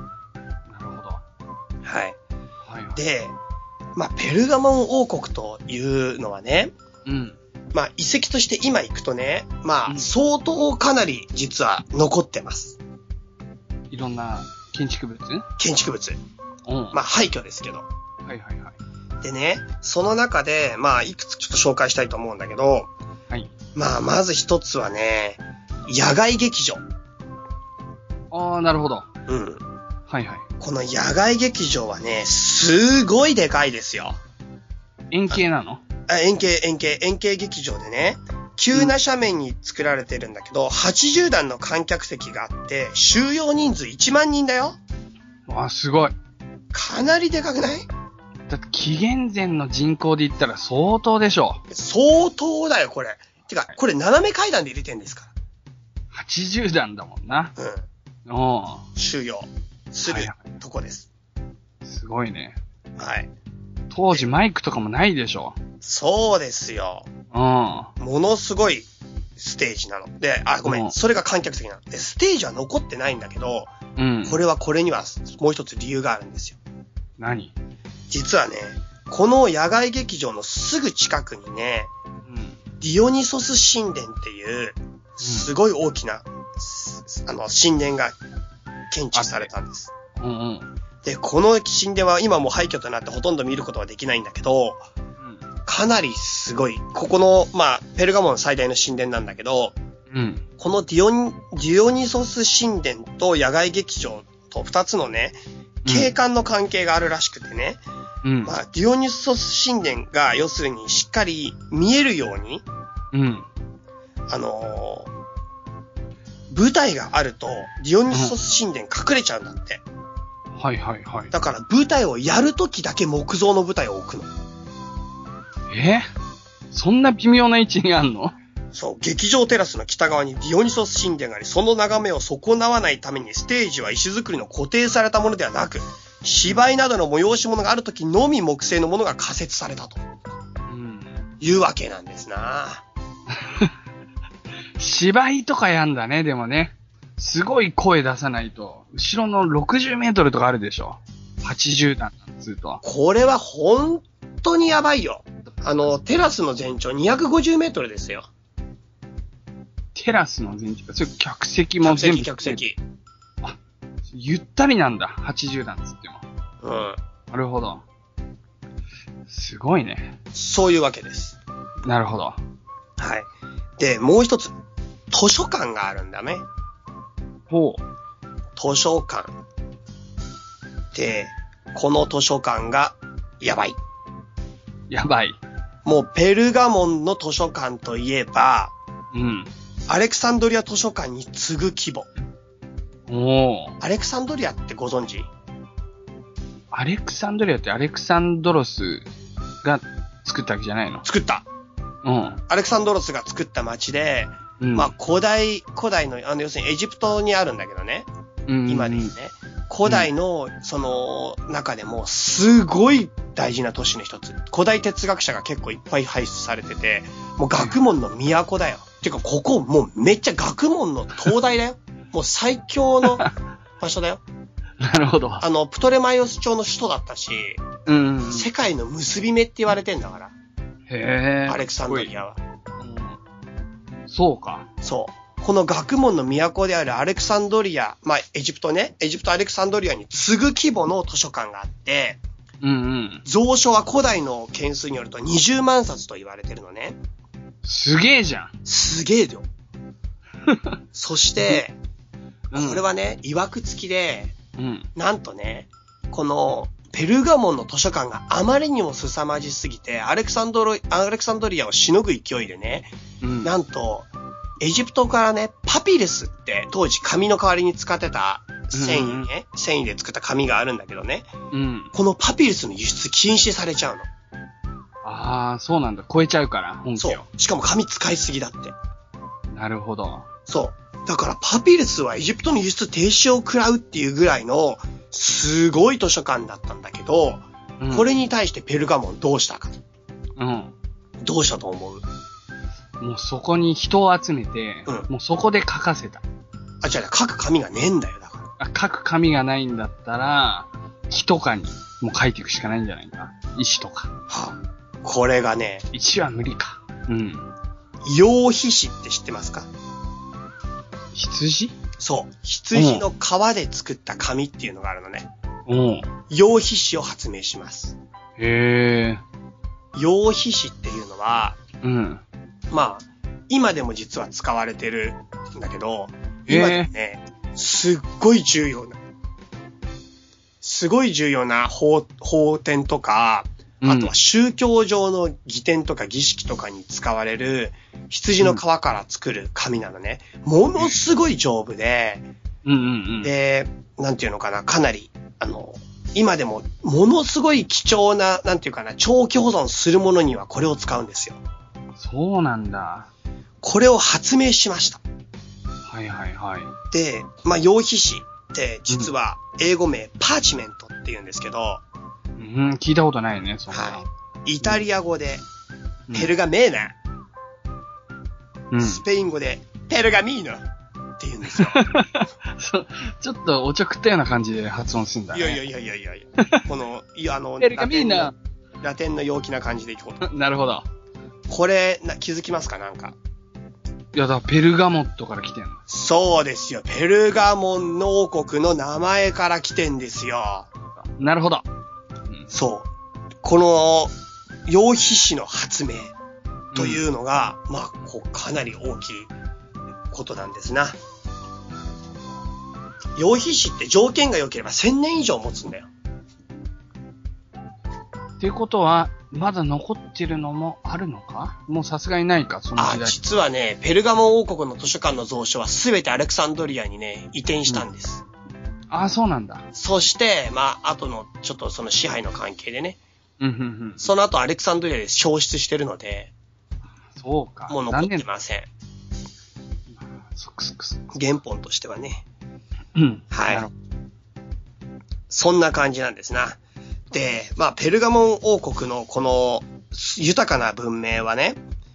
るほど。は
はい。
いはい。
で、まあ、ペルガモン王国というのはね、
うん。
まあ、遺跡として今行くとね、ま
う
あ、
ん
相当かなり実は残ってます。
いろんな建築物
建築物。
うん。
まあ、廃墟ですけど。
はいはいはい。
でね、その中で、まあ、いくつちょっと紹介したいと思うんだけど、
はい。
まあ、まず一つはね、野外劇場。
ああ、なるほど。
うん。
はいはい。
この野外劇場はね、すごいでかいですよ。
円形なの
あ円形、円形、円形劇場でね、急な斜面に作られてるんだけど、80段の観客席があって、収容人数1万人だよ。
あーすごい。
かなりでかくない
だって紀元前の人口で言ったら相当でしょ
相当だよ、これ。てか、これ斜め階段で入れてんですか
う。80段だもんな。
ら。うん。
うん。
収容する
はいは
とこです。
すごいね。
はい。
当時マイクとかもないでしょ
そうですよ。
うん。は
ものすごいステージなの。で、あ、ごめ。
うんん
それが観客席なの。で、ステージは残ってないんだけど、
い。うん。
これはこれにはもう一つ理由があるんですよ。
何
実はね、この野外劇場のすぐ近くにね、
うん。
ディオニソス神殿っていう、すごい大きな、すあの、神殿が建築されたんです。
うんうん。
で、この神殿は今もう廃墟となってほとんど見ることはできないんだけど、かなりすごい。ここの、まあ、ペルガモン最大の神殿なんだけど、
うん。うん。
このディオニ、ディオニソス神殿と野外劇場と二つのね、
うん
景観の関係があるらしくてね、
うん。
まあ、ディオニソス神殿が、要するにしっかり見えるように、
うん。
あのー舞台があると、ディオニソス神殿隠れちゃうんだって。
はいはいはい。
だから舞台をやるときだけ木造の舞台を置くの。
えそんな微妙な位置にあんの
そう、劇場テラスの北側にディオニソス神殿があり、その眺めを損なわないためにステージは石造りの固定されたものではなく、芝居などの催し物があるときのみ木製のものが仮設されたと。
うー
いうわけなんですな。
芝居とかやんだね、でもね。すごい声出さないと。後ろの60メートルとかあるでしょ。80段なんつうと。
これは本当にやばいよ。あの、テラスの全長250メートルですよ。
テラスの全長。それ客席も
客
全
席、
部。
客。席。
ゆったりなんだ。80段つっても。
うん。
なるほど。すごいね。
そういうわけです。
なるほど。
はい。で、もう一つ、図書館があるんだね。
ほ
図書館。で、この図書館が、やばい。
う。やばい。
もうペルガモンの図書館といえば、
うん。
アレクサンドリア図書館に次ぐ規模。
おお。
アレクサンドリアってご存知
アレクサンドリアってアレクサンドロスが作ったわけじゃないの
作った。
うん。
アレクサンドロスが作った街で、
うん。
まあ古代、古代の、あの、要するにエジプトにあるんだけどね。
うん
今ですね。古代の、その、中でも、すごい大事な都市の一つ。古代哲学者が結構いっぱい輩出されてて、もう学問の都だよ。てか、ここ、もうめっちゃ学問の東大
[laughs]
だよ。もう最強の場所だよ。
なるほど。
あの、プトレマイオス朝の首都だったし、
うんうん。
世界の結び目って言われてんだか
へえ。
ら、アレクサンドリ
ア。
アは。
そうか。
そう。この学問の都であるアレクサンドリア、まあ、エジプトね、エジプトアレクサンドリアに次ぐ規模の図書館があって、
うんうん。
蔵書は古代の件数によると20万冊と言われてるのね。
すげえじゃん。
すげ
[laughs]
えよ。そして、
うん
これ。はね、曰くつきで、
うん。
なんとね、この、ペルガモンの図書館があまりにも凄まじすぎて、アレクサンドロイ、アレクサンドリアをしのぐ勢いでね、
うん。
なんと、エジプトからね、パピルスって、当時紙の代わりに使ってた繊維ね、繊維で作った紙があるんだけどね、
うん。
このパピルスの輸出禁止されちゃうの。
ああ、そうなんだ。超えちゃうから、本
そ
家を。
う。しかも紙使いすぎだって。
なるほど。
そう。だからパピルスはエジプトの輸出停止を食らうっていうぐらいの、すごい図書館だったんだけど、
うん
これに対してペルガモンどうしたか。
うん。
どうしたと思う
もうそこに人を集めて、
うん
もうそこで書かせた。
あ、違う違う、書く紙がねえんだよ、だから。
あ書く紙がないんだったら、木とかにもう書いていくしかないんじゃないか。石とか。
はあ、これがね、
石は無理か。うん。
羊皮紙って知ってますか
羊
そう。羊の皮で作った紙っていうのがあるのね。
うん。
羊皮紙を発明します。
へえ。
羊皮紙っていうのは、
うん。
まあ、今でも実は使われてるんだけど、
えー
今でもね、すっごい重要な、すごい重要な法、法典とか、
うん
あとは宗教上の儀典とか儀式とかに使われる羊の皮から作る紙なのね。ものすごい丈夫で、
うんうんうん。
で、なんていうのかな、かなり、あの、今でも、ものすごい貴重な、なんていうかな、長期保存するものにはこれを使うんですよ。
そうなんだ。
これを発明しました。
はいはいはい。
で、まあ、羊皮紙って、実は、英語名、パーチメントって言うんですけど、は
うん、聞いたことないね、そんな。
い。イタリア語で、
うん
ペルガメーナ、
うん。
スペイン語で、ペルガミーノって言う
[laughs]
んですよ。
そうちょっとおちょくったような感じで発音するんだ、
い
ね。
やいやいやいやいやいや。この、いや、あの、
ペルガミーナ
ラテンのラテンの陽気な感じでいこうと。
なるほど。
これ、な気づきますかなんか。
いや、だからペルガモットから来てんの。
そうですよ。ペルガモンの王国の名前から来てんですよ。
なるほど。
そう。この、羊皮紙の発明というのが、まあ、こう、かなり大きいことなんですな。羊皮紙って条件が良ければ1000年以上持つんだよ。
っていうことは、まだ残ってるのもあるのかもうさすがにないか、その
あ
時、代。
実はね、ペルガモン王国の図書館の蔵書は全てアレクサンドリアにね、移転したんです。
ああ、そうなんだ。
そして、まあ、後の、ちょっとその支配の関係でね、
うん、うん、うん。
その後アレクサンドリアで消失してるので、
そうか。
もう残
残
っ
念
て
だ。
ません。
そくそくそく。
原本としてはね。
うん。
はい
なるほ
そんな感じなんですな。で、まあ、ペルガモン王国のこの豊かな文明はね、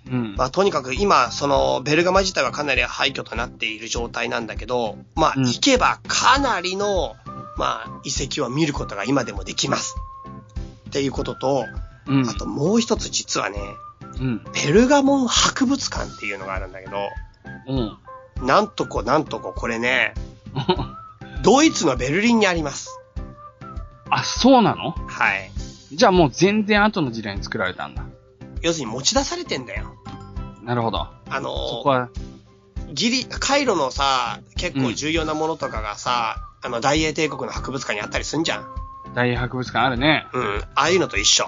うん。
まあ、とにかく今、そのベルガマ自体はかなり廃墟となっている状態なんだけど、まあ、
うん
行けばかなりの、まあ、遺跡を見ることが今でもできます。っていうことと、
うん
あともう一つ実はね、
うん。
ベルガモン博物館っていうのがあるんだけど、
うん。 [laughs]
なんとこなんとここれね、ドイツのベルリンにあります。
あ、そうなの
はい。
じゃあもう全然後の時代に作られたんだ。
要するに持ち出されてんだよ。
なるほど。
あのー
そこは、
ギリ、カイロのさ、結構重要なものとかがさ、あの、大英帝国の博物館にあったりすんじゃん。
大博物館あるね。
うん。ああいうのと一緒。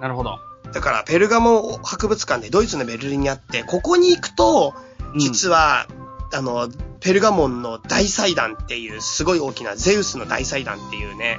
なるほど。
だから、ペルガモ博物館でドイツのベルリンにあって、ここに行くと、実は、あの、ペルガモンの大祭壇っていう、すごい大きな、ゼウスの大祭壇っていうね、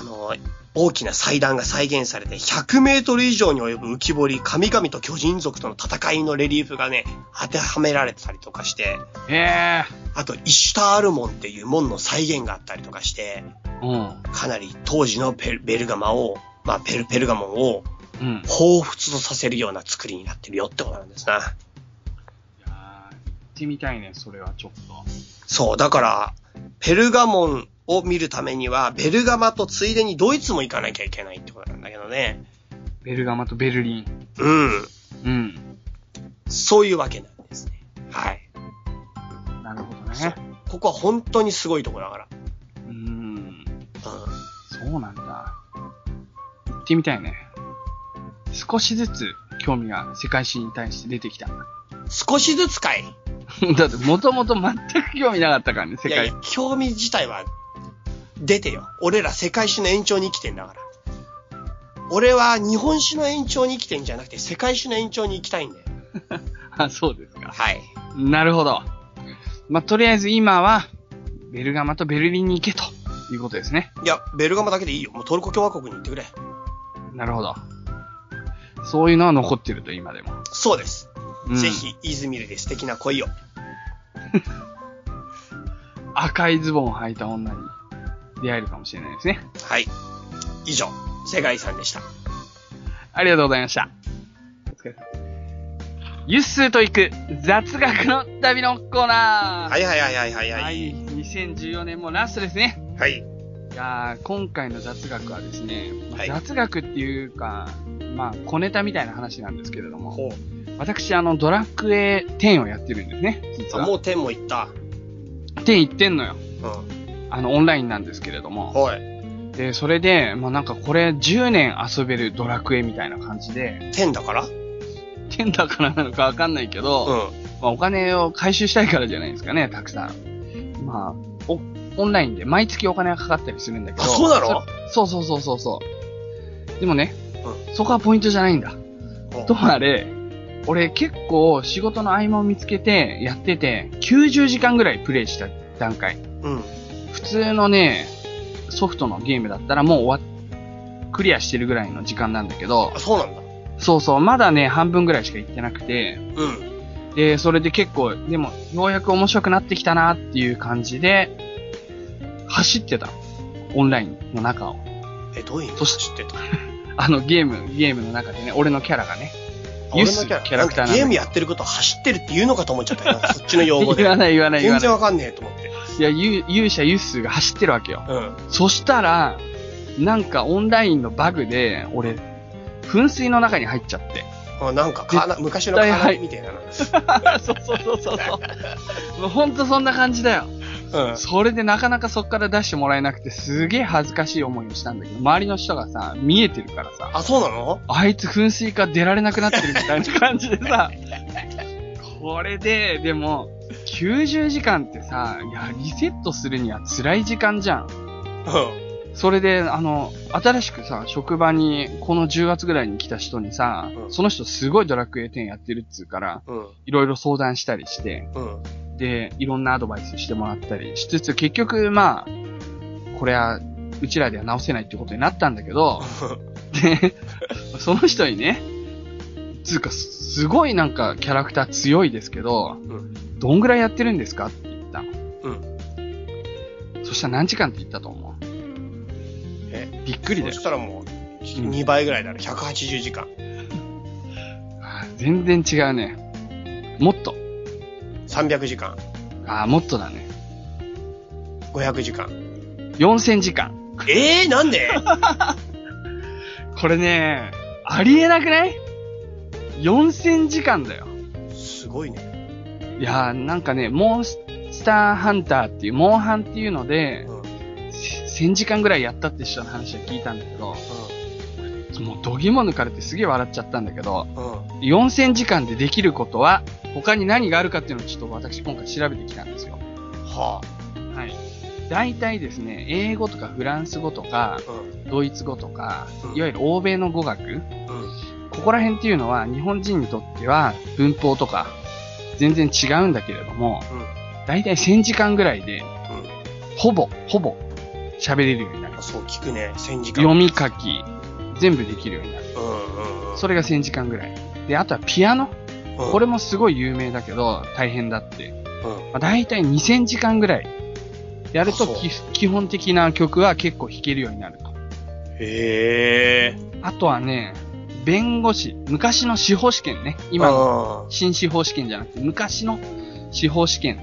あの、大きな祭壇が再現されて、100メートル以上に及ぶ浮き彫り、神々と巨人族との戦いのレリーフがね、当てはめられてたりとかして、
うん。へえ。
あと、イシュタール門っていう門の再現があったりとかして、
うん。
かなり当時のペルベルガマを、まあ、ペル、ペルガモンを
うん。
彷彿とさせるような作りになってるよってことなんです
い
な。
やー行ってみたいね、それはちょっと。
そう、だから、ペルガモンを見るためには、ベルガマとついでにドイツも行かなきゃいけないってことなんだけどね。
ベルガマとベルリン。
うん。
うん。
そういうわけなんですね。はい。
なるほど
そう
ね。
ここは本当にすごいとこだから。
うーん。
うん。
そうなんだ。行ってみたいね。少しずつ興味が世界史に対して出てきた。 [laughs]
少しずつかい。
だって、もともと全く興味なかったからね、世
いやい
界
や。、興味自体は出てよ。俺ら世界史の延長に生きてんだから。俺は日本史の延長に生きてんじゃなくて世界史の延長に行きたいんだよ。
[laughs] あ、そうですか。
はい。
なるほど。まあ、とりあえず今は、ベルガマとベルリンに行けということですね。
いや、ベルガマだけでいいよ。もうトルコ共和国に行ってくれ。
なるほど。そういうのは残ってると、今でも。
そうです。
うん
ぜ。ひ、イズミルで素敵な恋を。
赤いズボンを履いた女に出会えるかもしれないですね。
はい。以上、世界遺産でした。
ありがとうございました。お疲れ様ユッスーと行く雑学の旅のコーナー
はいはいはいはいはい
は
はいい。
2014年もラストですね。
はい。
いやー今回の雑学はですね、
はい
雑学っていうか、まあ、小ネタみたいな話なんですけれども、
ほう。
私、あの、ドラクエ10をやってるんですね、実
あ、
は。
もう天も行った。
10行ってんのよ。
うん。
あの、オンラインなんですけれども。
ほい。
で、それで、まあなんかこれ10年遊べるドラクエみたいな感じで、
天だから
10だからなのかわかんないけど、
う
まあ、お金を回収したいからじゃないですかね、たくさん。まあ、おオンラインで毎月お金がかかったりするんだけど。
あそうなの
そそうそうそうそうそう。でもね、
う
そこはポイントじゃないんだ。 [laughs]
ん。ほう
とあれ、俺結構仕事の合間を見つけてやってて、90時間ぐらいプレイした段階。
うん。
普通のね、ソフトのゲームだったらもう終わっ、クリアしてるぐらいの時間なんだけど
あ、、そうなんだ。
そうそう、まだね、半分ぐらいしか行ってなくて、
うん。
で、それで結構、でも、ようやく面白くなってきたなっていう感じで、走ってた。オンラインの中を。
え、どういう意味
そし
知っ
[laughs]
てた
あの、ゲーム、ゲームの中でね、俺のキャラがね、ユー
俺
ス
のキャラ
キャラクターなん
なん
だ
かゲームやってることを走ってるって言うのかと思っちゃ
[laughs]
ったよ。そっちの用語で。
言わない言わない言
全
わない
然。わかんねえと思って。
いや、ゆ勇者ユッスーが走ってるわけよ。
うん。
そしたら、なんかオンラインのバグで、俺、噴水の中に入っちゃって。
あなんかカーナ、昔のカーナビみたいなな。
[laughs] そうそうそうそうそう。 [laughs] もうほんとそんな感じだよ。
うん。
それでなかなかそっから出してもらえなくて、すげえ恥ずかしい思いをしたんだけど、周りの人がさ、見えてるからさ、
あ、そうなの
あいつ噴水から出られなくなってるみたいな感じで
[laughs]
さ、これで、でも、90時間ってさ、いや、リセットするには辛い時間じゃん。
う
それで、あの、新しくさ、職場に、この10月ぐらいに来た人にさ、
うん
その人すごいドラクエ10やってるっつうから、
ん。うん。
いろいろ相談したりして、
うん。 [laughs]
で、いろんなアドバイスしてもらったりしつつ、結局、まあ、これは、うちらでは直せないってことになったんだけど、で、その人にね、つうか、すごいなんかキャラクター強いですけど、
うん
どんぐらいやってるんですかって言ったの。
うん。
そしたら何時間って言ったと思う
え、
びっくりだ
そ
よ
し。たらもう、一
うん
2倍ぐらいだね。180時間。
あ全然違うね。もっと。
300時間。
ああ、もっとだね。
500時間。
4000時間。
ええー、なんで
これね、ありえなくない ?4000 時間だよ。
すごいね。
いやー、なんかね、モンスターハンターっていう、モンハンっていうので
う、ん。うん。
1000時間ぐらいやったって人の話は聞いたんだけど、もう度肝抜かれてすげえ笑っちゃったんだけど、
うん。
4000時間でできることは、他に何があるかっていうのをちょっと私今回調べてきたんですよ。
は
はい。大体ですね、英語とかフランス語とか、
あ。うん。
ドイツ語とか
う、ん
いわゆる欧米の語学、
うん。
ここら辺っていうのは日本人にとっては文法とか全然違うんだけれども、
うん
大体1000時間ぐらいで、
うん。
ほぼ、ほぼ喋れるようになります。
そう聞くね。1000時間。
読み書き、全部できるようになる。
うんうんうん。
それが1000時間ぐらい。で、あとはピアノ。
うん、
これもすごい有名だけど、大変だって。
うん。
まあ、大体2000時間ぐらいやると
あそう
き基本的な曲は結構弾けるようになると。
へえ。
あとはね、弁護士、昔の司法試験ね。今の
の。
新司法試験じゃなくて、昔の司法試験。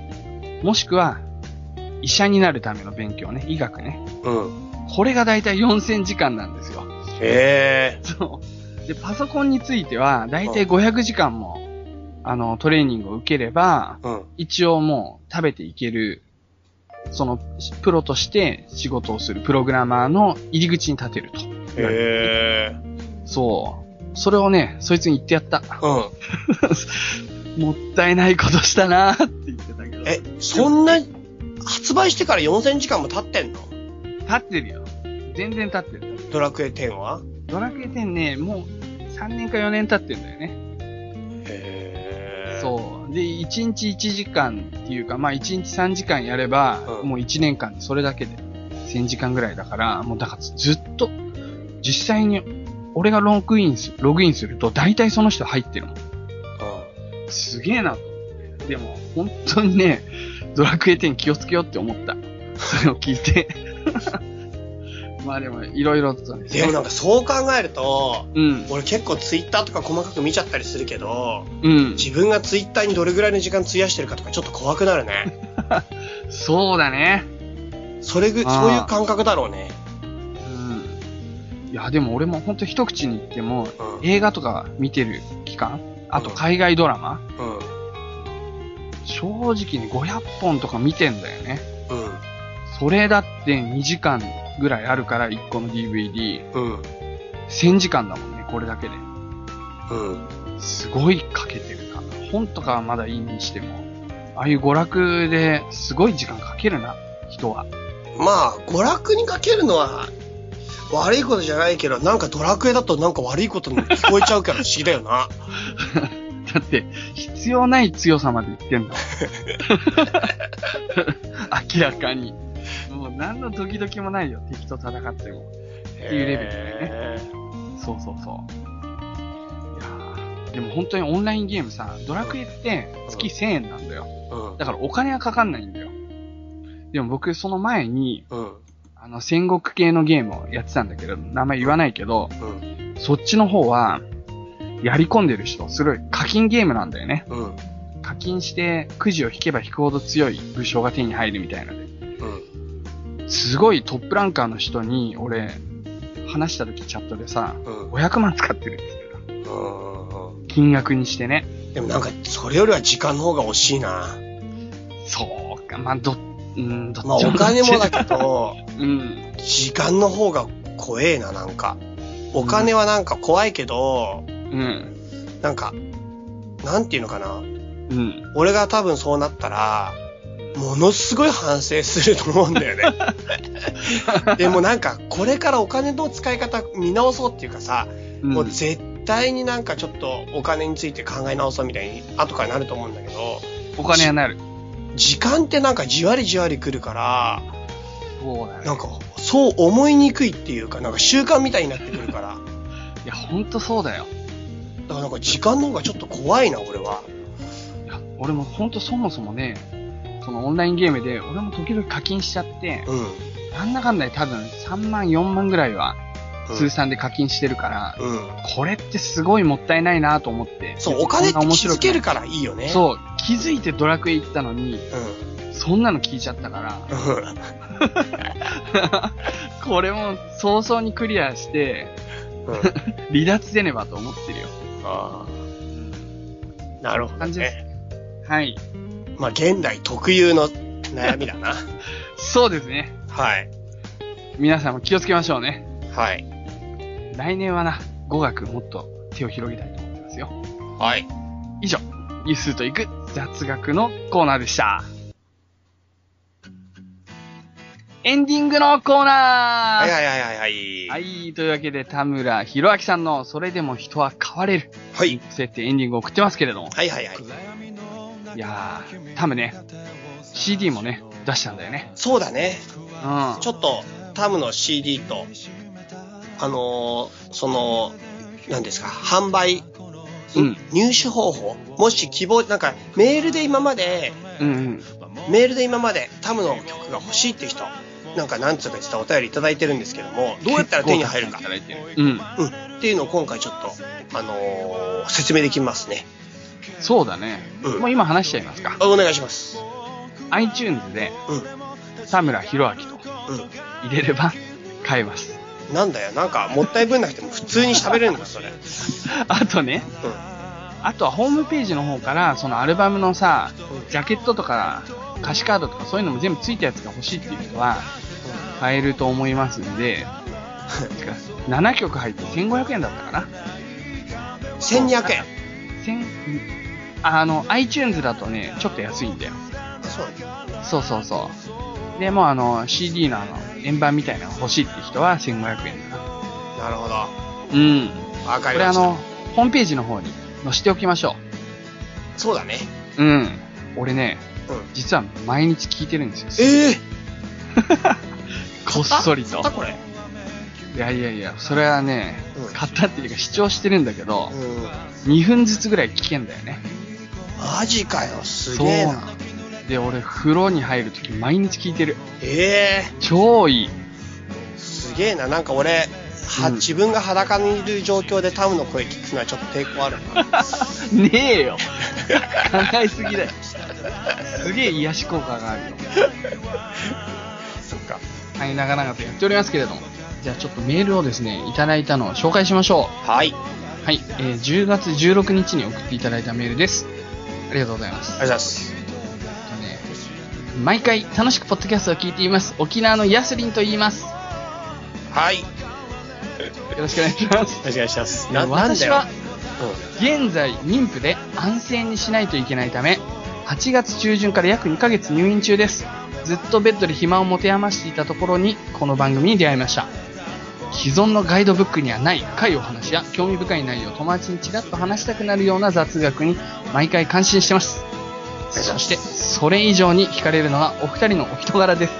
もしくは、医者になるための勉強ね。医学ね。
うん。
これが大体4000時間なんですよ。
へえ。
そう。で、パソコンについては、大体500時間も、あの、トレーニングを受ければ、
うん。
一応もう食べていける、その、プロとして仕事をするプログラマーの入り口に立てると。
へえ。
そう。それをね、そいつに言ってやった。
うん。
もったいないことしたなーって言ってたけど。
え、そんな、発売してから4000時間も経ってんの
立ってるよ。全然立ってる。
ドラクエ10は
ドラクエ10ね、もう3年か4年経ってんだよね。
へう。
そう。で、1日1時間っていうか、まあ1日3時間やれば、
うん
もう1年間でそれだけで1000時間ぐらいだから、もうだからずっと、実際に俺がログインする、ログインすると大体その人入ってるもん。すげえなと思って。でも、本当にね、ドラクエ10気をつけようって思った。それを聞いて。 [laughs] まあでも、いろいろとね。
でもなんかそう考えると、
うん。
俺結構ツイッターとか細かく見ちゃったりするけど、
うん。
自分がツイッターにどれぐらいの時間費やしてるかとかちょっと怖くなるね。
そうだね。
それぐ、
あー
そういう感覚だろうね。
うん。いや、でも俺も本当一口に言っても、
うん。
映画とか見てる期間あと海外ドラマ、
うん。
正直に500本とか見てんだよね。
うん。
それだって2時間ぐらいあるから、1個の DVD。
うん。
1000時間だもんね、これだけで。
うん。
すごいかけてるな。本とかはまだいいにしても、ああいう娯楽ですごい時間かけるな、人は。
まあ、娯楽にかけるのは、悪いことじゃないけど、なんかドラクエだとなんか悪いことに聞こえちゃうから不思議だ
[laughs]
よな。
だって、必要ない強さまで言ってんだもん。 [laughs] 明らかに。もう何のドキドキもないよ、敵と戦っても。
って
いうレベルだよねそうそうそう。いやーでも本当にオンラインゲームさ、ドラクエって月1000円なんだよ。
うん
だからお金はかかんないんだよ。でも僕その前に、
うん。
あの戦国系のゲームをやってたんだけど、名前言わないけど、
うん。
そっちの方は、やり込んでる人、すごい課金ゲームなんだよね。
うん。
課金して、くじを引けば引くほど強い武将が手に入るみたいので。
うん。
すごいトップランカーの人に、俺、話した時チャットでさ、
うん。
500万使ってるって言ってた。
うんうん
金額にしてね。
でもなんか、それよりは時間の方が惜しいな。
そうか、まあ、ど、うん、どっち
まあ、
も
お金もだ
どっ
けど、
ちうん。
時間の方が怖えな、なんか。お金はなんか怖いけど、
うん。
なんか、なんていうのかな。
うん。
俺が多分そうなったら、ものすごい反省すると思うんだよ
[laughs]
ね。でもなんか、これからお金の使い方見直そうっていうかさ、もう絶対になんかちょっとお金について考え直そうみたいに後からなると思うんだけど、
お金はなる。
時間ってなんかじわりじわり来るから、
そうだね。
なんかそう思いにくいっていうか、なんか習慣みたいになってくるから、だか
いや、ほんとそうだよ。
らなんか時間の方がちょっと怖いな、俺は。
いや、俺もほんとそもそもね、そのオンラインゲームで、俺も時々課金しちゃって、
うん。
なんだかんだで多分3万、4万ぐらいは
うん
通算で課金してるから、
うん。
これってすごいもったいないなと思って。
そう、お金って
こんな面
気
白
づ
く
けるからいいよね。う。
そう、気づいてドラクエ行ったのに、そんなの聞いちゃったから、
うん。
[laughs] これも早々にクリアして、 [laughs]
うん。
離脱せねばと思ってるよ。
ああ。なるほど
感じです
ね。
はい。
まあ、現代特有の悩みだ
[laughs]
な。
そうですね。
はい。
皆さんも気をつけましょうね。
はい。
来年はな、語学もっと手を広げたいと思ってますよ。
はい。
以上、ゆすーと行く雑学のコーナーでした。エンディングのコーナー
はいはいはいはいはい。。
はいい、というわけで田村博明さんのそれでも人は変われる。
はい。
そうやってエンディングを送ってますけれども。
はいはいはい。
いやー、タムね、CD もね、出したんだよね。
そうだね。
うん。
ちょっと、タムの CD と、あのーその、何ですか、販売、
うん
入手方法、もし希望、なんか、メールで今まで、
うんうん。
メールで今までタムの曲が欲しいって人、なんか何つうか実はお便りいただいてるんですけども、どうやったら手に入るか、
うん。
うん、っていうのを今回ちょっと、あのー説明できますね。
そうだね。
うん
もう今話しちゃいますか。
あお願いします。
iTunes で
うん、
田村博明と
う
入れれば買えます。
ん。なんだよ、なんか、もったいぶんなくても普通に喋れるんだ、それ。うん。
あとね、あとはホームページの方から、そのアルバムのさ、ジャケットとか歌詞カードとかそういうのも全部ついたやつが欲しいっていう人は買えると思いますん
[laughs]
で、てか7曲入って1500円だったかな。
1200円。
千あの、iTunes だとね、ちょっと安いんだよ。
あそうなんだ
そうそうそう。で、もうあの、CD のあの、円盤みたいなの欲しいって人は1500円だな。
なるほど。
うん。
わ
こ
かり
れ
ま
あ
した。
の、ホームページの方に載せておきましょ
そうだね。
う。うん。俺ね、
うん。
実は毎日聞いてるんですよ。
ええ
[laughs] こっそりと。
買ったこれ。
いやいやいや、それはね、
うん
買ったっていうか視聴してるんだけど、
うん。
2分ずつぐらい聞けんだよね。
マジかよ、す
そ
げ
う
え
な
な。
の。で、俺、風呂に入るとき毎日聞いてる。
ええ
超いい。
すげえな。なんか俺、は
うん
自分が裸にいる状況でタムの声聞くのはちょっと抵抗ある
[laughs]
な。
ねえよ。考えすぎだよ。すげえ癒し効果があるよ。
そっか。
はい、長々とやっておりますけれども。じゃあちょっとメールをですね、いただいたのを紹介しましょ
はい。あり
う。はい、えー10月16日に送っていただいたメールです。ありがとうございます。
がとうございます。
えっとね毎回楽しくポッドキャストを聞いています。沖縄のヤスリンと言います。よ
はい。よ
ろしくお願いします。
ろしくお願いします。
えー私は
う
現在妊婦で安静にしないといけないため8月中旬から約2ヶ月入院中ですずっとベッドで暇を持て余していたところにこの番組に出会いました既存のガイドブックにはない深いお話や興味深い内容を友達にちらっと話したくなるような雑学に毎回感心してます
りがとうござい
そ
ます
してそれ以上に惹かれるのがお二人のお人柄です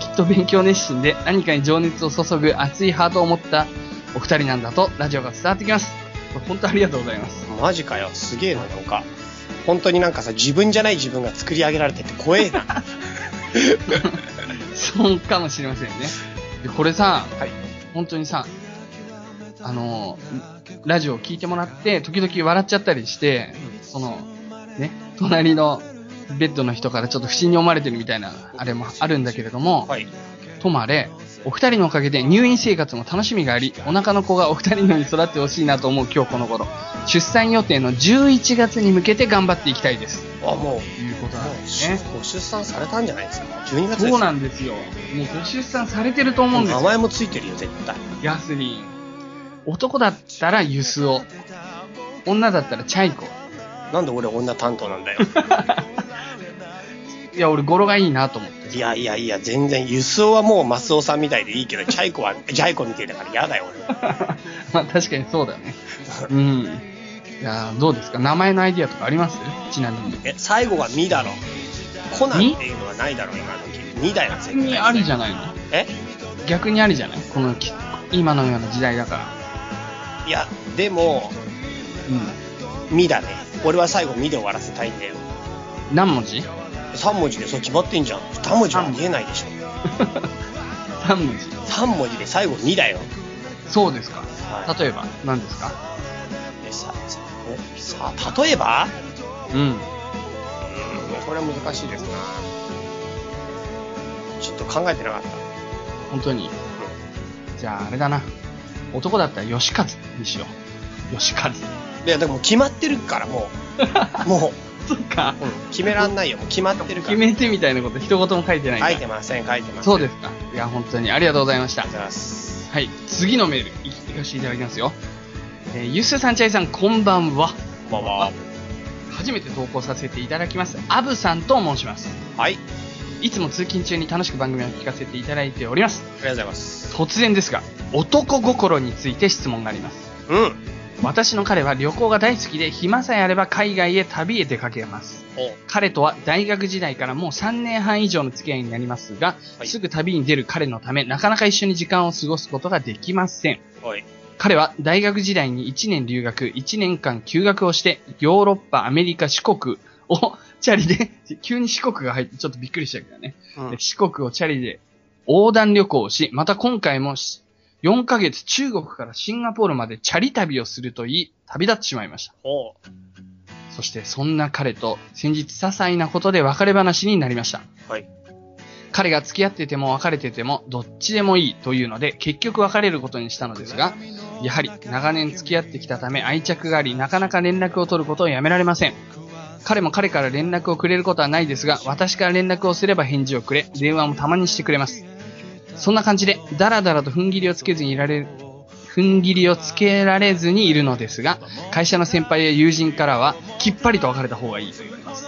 きっと勉強熱心で何かに情熱を注ぐ熱いハートを持ったお二人なんだとラジオが伝わってきますこれ本当ありがとうございます
ん。マジかよ、すげえな、なんか。本当になんかさ、自分じゃない自分が作り上げられてて
[laughs]
怖えな。
そうかもしれませんね。でこれさ、
はい
本当にさ、あの、ラジオを聞いてもらって、時々笑っちゃったりして、その、ね、隣のベッドの人からちょっと不審に思われてるみたいな、あれもあるんだけれども、
はい。
ともあれ、お二人のおかげで入院生活も楽しみがあり、お腹の子がお二人のように育ってほしいなと思う今日この頃、出産予定の11月に向けて頑張っていきたいです。
あ、もう。
ということなんですね。
もう出産されたんじゃないですか12月です
そうなんですよ。もうご出産されてると思うんですよ
名。前もついてるよ絶対
ヤスリン。男だったらユスオ。女だったらチャイ
[laughs]
コ。
なんで俺女担当なんだよ
いや、俺語呂がいいなと思って。
いやいやいや全然輸送はもうマスオさんみたいでいいけどチャイコはジャイコみたいだから嫌だよ俺
[laughs] まあ確かにそうだよね。うん。いや、どうですか名前のアイディアとかありますちなみに。
え最後は「ミ」だろコナンっていうのはないだろ今の時「ミ」だよ絶
逆
対
にありじゃないの
え
逆にありじゃないこのき、今のような時代だから。
いやでも
うん。
「ミ」だね俺は最後「ミ」で終わらせたいんだよ
何文 [laughs] 字
3文字でそう決まってんじゃん2文字は見えないでしょ
?3 文字。
3文字で最後「ミ」だよ
そうですか。
は
例えば、何ですか
い、ささえさあ例えば
うん。
うんこれは難しいですなちょっと考えてなかった
本当に。じゃあ、あれだな。男だったら吉和にしよう。吉 [laughs] 和。
いやでも決まってるからもうも
そっか。
う、うん決めらんないよもう決まってるか
決
ら
めてみたいなこと一言も書いてないんだ
書いてません書いてません
そうですすか。いや、本当にありがとうございまし
あ
た
りがとうご。ざいます
はい。次のメール、い行かせていただきますよ。えーゆっすーさん、ちゃいさん、こんばんは。
こんばんは
初めて投稿させていただきます。アブさんと申します。
はい
いつも通勤中に楽しく番組を聞かせていただいております
あ。りがとうございます
突然ですが、男心について質問があります。
うん
私の彼は旅行が大好きで、暇さえあれば海外へ旅へ出かけます。
お
彼とは大学時代からもう3年半以上の付き合いになりますが、
はい
すぐ旅に出る彼のため、なかなか一緒に時間を過ごすことができません。
おい
彼は大学時代に1年留学、1年間休学をして、ヨーロッパ、アメリカ、四国を [laughs] チャリで、急に四国が入って、ちょっとびっくりしたけどね。
うん
で四国をチャリで横断旅行をし、また今回もし4ヶ月中国からシンガポールまでチャリ旅をすると言い、旅立ってしまいました。
お
そしてそんな彼と先日些細なことで別れ話になりました。
はい
彼が付き合ってても別れててもどっちでもいいというので結局別れることにしたのですが、やはり長年付き合ってきたため愛着がありなかなか連絡を取ることをやめられません。彼も彼から連絡をくれることはないですが、私から連絡をすれば返事をくれ、電話もたまにしてくれます。そんな感じで、だらだらと踏ん切りをつけずにいられる、踏ん切りをつけられずにいるのですが、会社の先輩や友人からは、きっぱりと別れた方がいいと言われます。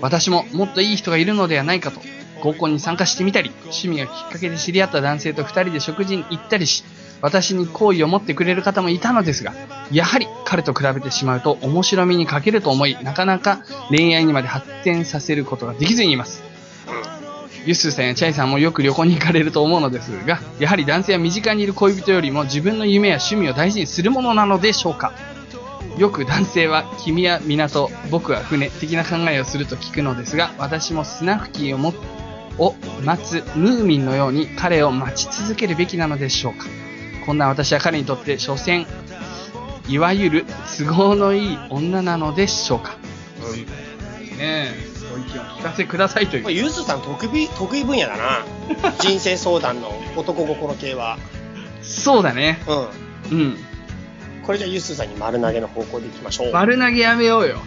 私ももっといい人がいるのではないかと、合コンに参加してみたり、趣味がきっかけで知り合った男性と二人で食事に行ったりし、私に好意を持ってくれる方もいたのですが、やはり彼と比べてしまうと面白みに欠けると思い、なかなか恋愛にまで発展させることができずにいます。ユッスーさんやチャイさんもよく旅行に行かれると思うのですが、やはり男性は身近にいる恋人よりも自分の夢や趣味を大事にするものなのでしょうかよく男性は君は港、僕は船的な考えをすると聞くのですが、私もスナフキーをもを待つムーミンのように彼を待ち続けるべきなのでしょうかこんな私は彼にとって所詮、いわゆる都合のいい女なのでしょうか
うん
ねえ、ご意見を聞かせくださいという
まあ。ゆずさん得意得意分野だな人生相談の男心系は
そうだね。
う
うん。
んこれじゃあゆずさんに丸投げの方向でいきましょう
丸投げやめようよ。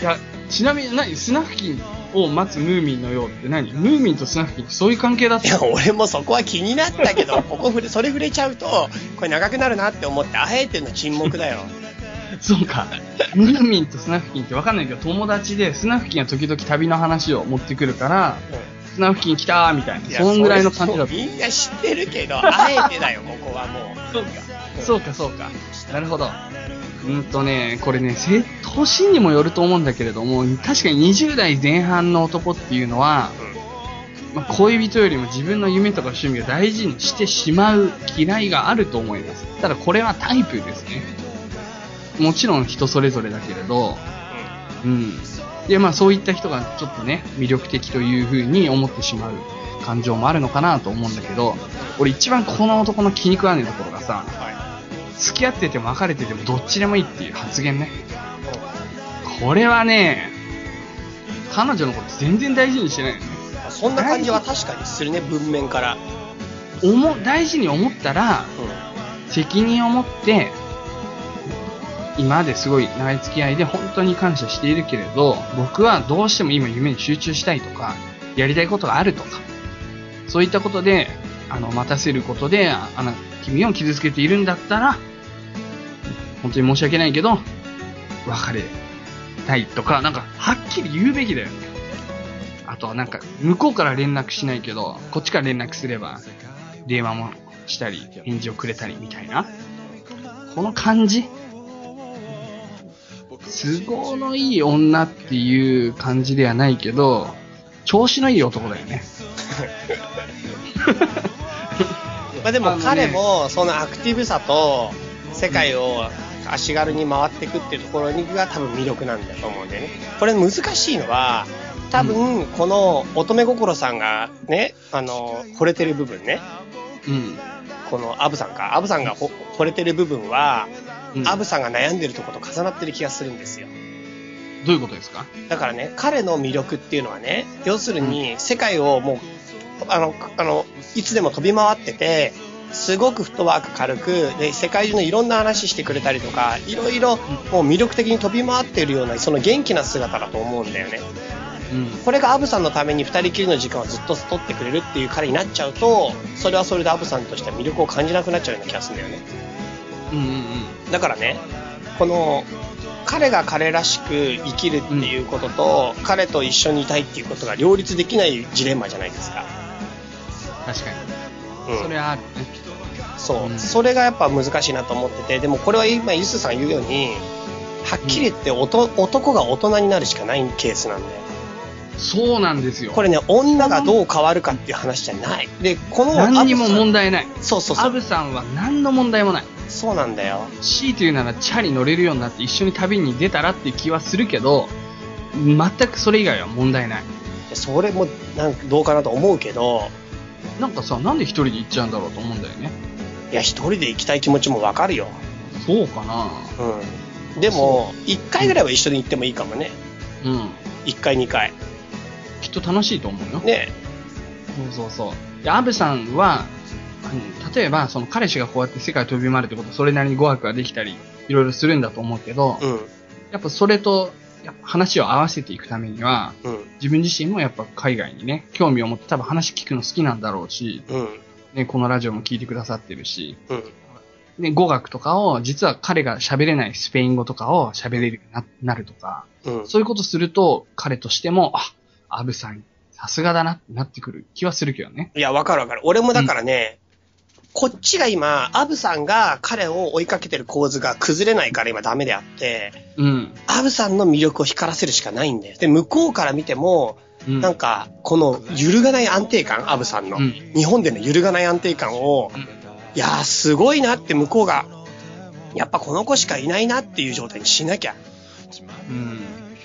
いや、ちなみに何スナフキンを待つムーミンのようって何ムーミンとスナフキンってそういう関係だっ
[laughs] い
た
や俺もそこは気になったけどここ触れそれ触れちゃうとこれ長くなるなって思ってあえての沈黙だよ
そうか。ムーミンとスナフキンってわかんないけど、友達でスナフキンは時々旅の話を持ってくるから、スナフキン来たーみたいな、
いや
そんぐらいの感じだっ
そ
た
れ。みんな知ってるけどあえてだよここはもう
そうか。そうか、そうか。なるほど。うんとね、これね、せ年にもよると思うんだけれども、確かに20代前半の男っていうのは、まあ恋人よりも自分の夢とか趣味を大事にしてしまう嫌いがあると思います。ただこれはタイプですね。もちろん人それぞれだけれど、うん。で、まあそういった人がちょっとね、魅力的というふうに思ってしまう感情もあるのかなと思うんだけど、俺一番この男の気に食わねえところがさ、付き合ってても別れててもどっちでもいいっていう発言ね。これはね、彼女のこと全然大事にしてないよね。
うんそんな感じは確かにするね文面から、
思う大事に思ったら、責任を持って、今まですごい長い付き合いで本当に感謝しているけれど、僕はどうしても今夢に集中したいとか、やりたいことがあるとか、そういったことで、あの、待たせることで、ああの、君を傷つけているんだったら、本当に申し訳ないけど、別れたいとか、なんか、はっきり言うべきだよね。あとはなんか、向こうから連絡しないけど、こっちから連絡すれば、電話もしたり、返事をくれたりみたいな。この感じ都合のいい女っていう感じではないけど、調子のいい男だよ
[laughs]
ね。
まあ、で
あ
も
のね
彼もそのアクティブさと世界を足軽に回っていくっていうところが多分魅力なんだと思うんでねこれ難しいのは多分この乙女心さんがねあの惚れてる部分ね
うん。
このアブさんか、アブさんがほ惚れてる部分は、
うん
アブさんが悩んでるとこと重なってる気がするんですよ。
どういうことですか
だからね、彼の魅力っていうのはね、要するに世界をもう、あの、あの、いつでも飛び回ってて、すごくフットワーク軽く、で、世界中のいろんな話してくれたりとか、いろいろもう魅力的に飛び回ってるような、その元気な姿だと思うんだよね。
うん。
これがアブさんのために二人きりの時間をずっと取ってくれるっていう彼になっちゃうと、それはそれでアブさんとしては魅力を感じなくなっちゃうような気がするんだよね。
うんうんうん。
だからね、この彼が彼らしく生きるっていうことと、彼と一緒にいたいっていうことが両立できないジレンマじゃないですか。
確かに。
うん、
それはあるね。
そう、
うん
それがやっぱ難しいなと思ってて、でもこれは今、ゆすさん言うように、はっきり言っておと男が大人になるしかないケースなんで、
そうなんですよ。
これね、女がどう変わるかっていう話じゃない。で、この
何にも問題
題
ない。
そうそうそ
ア
う。
ブさんは何の問題もない。
そうなんだよ。
強いて言うならチャリ乗れるようになって一緒に旅に出たらっていう気はするけど、全くそれ以外は問題ない。
でそれもなんかどうかなと思うけど、
なんかさ、なんで一人で行っちゃうんだろうと思うんだよね。
いや、一人で行きたい気持ちもわかるよ。
そうかな
うん、でも1回ぐらいは一緒に行ってもいいかもね
うん。
1回2回
きっと楽しいと思うよ。
ね
そうそうそう。で、安部さんは、うん例えば、その彼氏がこうやって世界飛び回るってことはそれなりに語学ができたり、いろいろするんだと思うけど、
うん
やっぱそれと、やっぱ話を合わせていくためには、
うん
自分自身もやっぱ海外にね、興味を持って多分話聞くの好きなんだろうし、
うん
ね、このラジオも聞いてくださってるし、
うん
ね、語学とかを、実は彼が喋れないスペイン語とかを喋れるようにななるとか、
うん
そういうことすると、彼としても、あ、アブさん、さすがだなってなってくる気はするけどね。
いやわかるわかる俺もだからね、こっちが今アブさんが彼を追いかけてる構図が崩れないから今ダメであって
うん。
アブさんの魅力を光らせるしかないんだよで向こうから見ても
うん。
なんかこの揺るがない安定感アブさんの、
うん
日本での揺るがない安定感を
うん
いやーすごいなって向こうがやっぱこの子しかいないなっていう状態にしなきゃ
うん。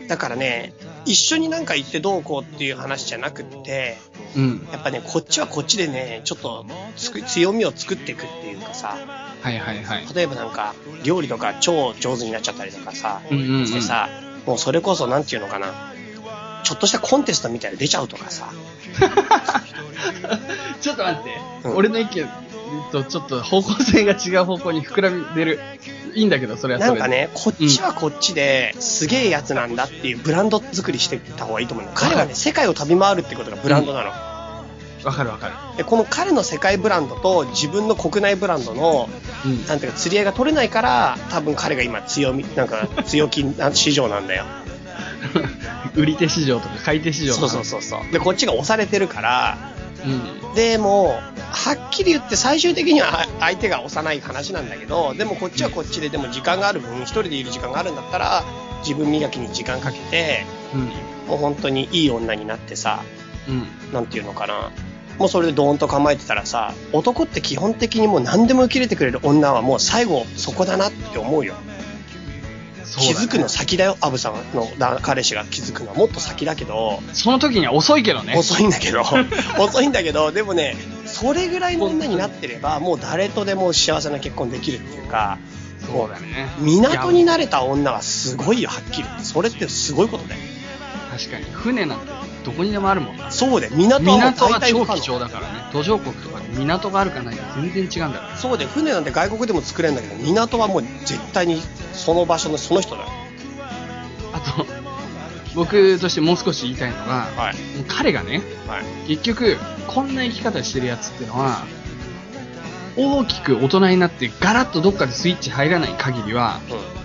だからね、一緒になんか行ってどうこうっていう話じゃなくって、
うん。
やっぱね、こっちはこっちでね、ちょっとつく強みを作っていくっていうかさ、
はいはいはい。
例えばなんか、料理とか超上手になっちゃったりとかさ、
うんうん、うん。
してさ、もうそれこそなんていうのかな、ちょっとしたコンテストみたいなの出ちゃうとかさ、
ちょっと待って、
うん
俺の意見とちょっと方向性が違う方向に膨らんでる。いいんだけど、それはそれ
なん
で。
かね、こっちはこっちですげえやつなんだっていうブランド作りしてた方がいいと思うの。彼はね、世界を旅回るってことがブランドなの。
わかるわかる。
で、この彼の世界ブランドと自分の国内ブランドの
うん。
なんていうか釣り合いが取れないから多分彼が今強みなんか強気な [laughs] 市場なんだよ
[laughs] 売り手市場とか買い手市場と
そう
か。
そうそうそうでこっちが押されてるから
う。うん。
でもはっきり言って最終的にはあ相手が幼い話なんだけどでもこっちはこっちででも時間がある分一人でいる時間があるんだったら自分磨きに時間かけて
うん。
もう本当にいい女になってさ
うん。
なんていうのかなもうそれでドーンと構えてたらさ男って基本的にもう何でも受け入れてくれる女はもう最後そこだなって思うよ
そうだね
気づくの先だよ、アブさんのだ彼氏が気づくのはもっと先だけど、
その時には遅いけどね。
遅いんだ
[laughs]
けど、遅いんだけど、でもね、それぐらいの女になってれば、もう誰とでも幸せな結婚できるっていうか、
そうだね。
港に
いや
慣れた女はすごいよ、はっきり言って。それってすごいことだよ。
確かに。船なんてどこにでもあるもんな。
そうで、港はもう
港
大
が
体
超
不可
貴重
能。
だからね。途上国とかに港があるかないか全然違うんだから。
そうで、船なんて外国でも作れるんだけど、港はもう絶対にその場所のその人だよ。
あと、僕としてもう少し言いたいのが、
はい。
もう彼がね、
はい。
結局、こんな生き方してるやつってのは、大きく大人になってガラッとどっかでスイッチ入らない限りは、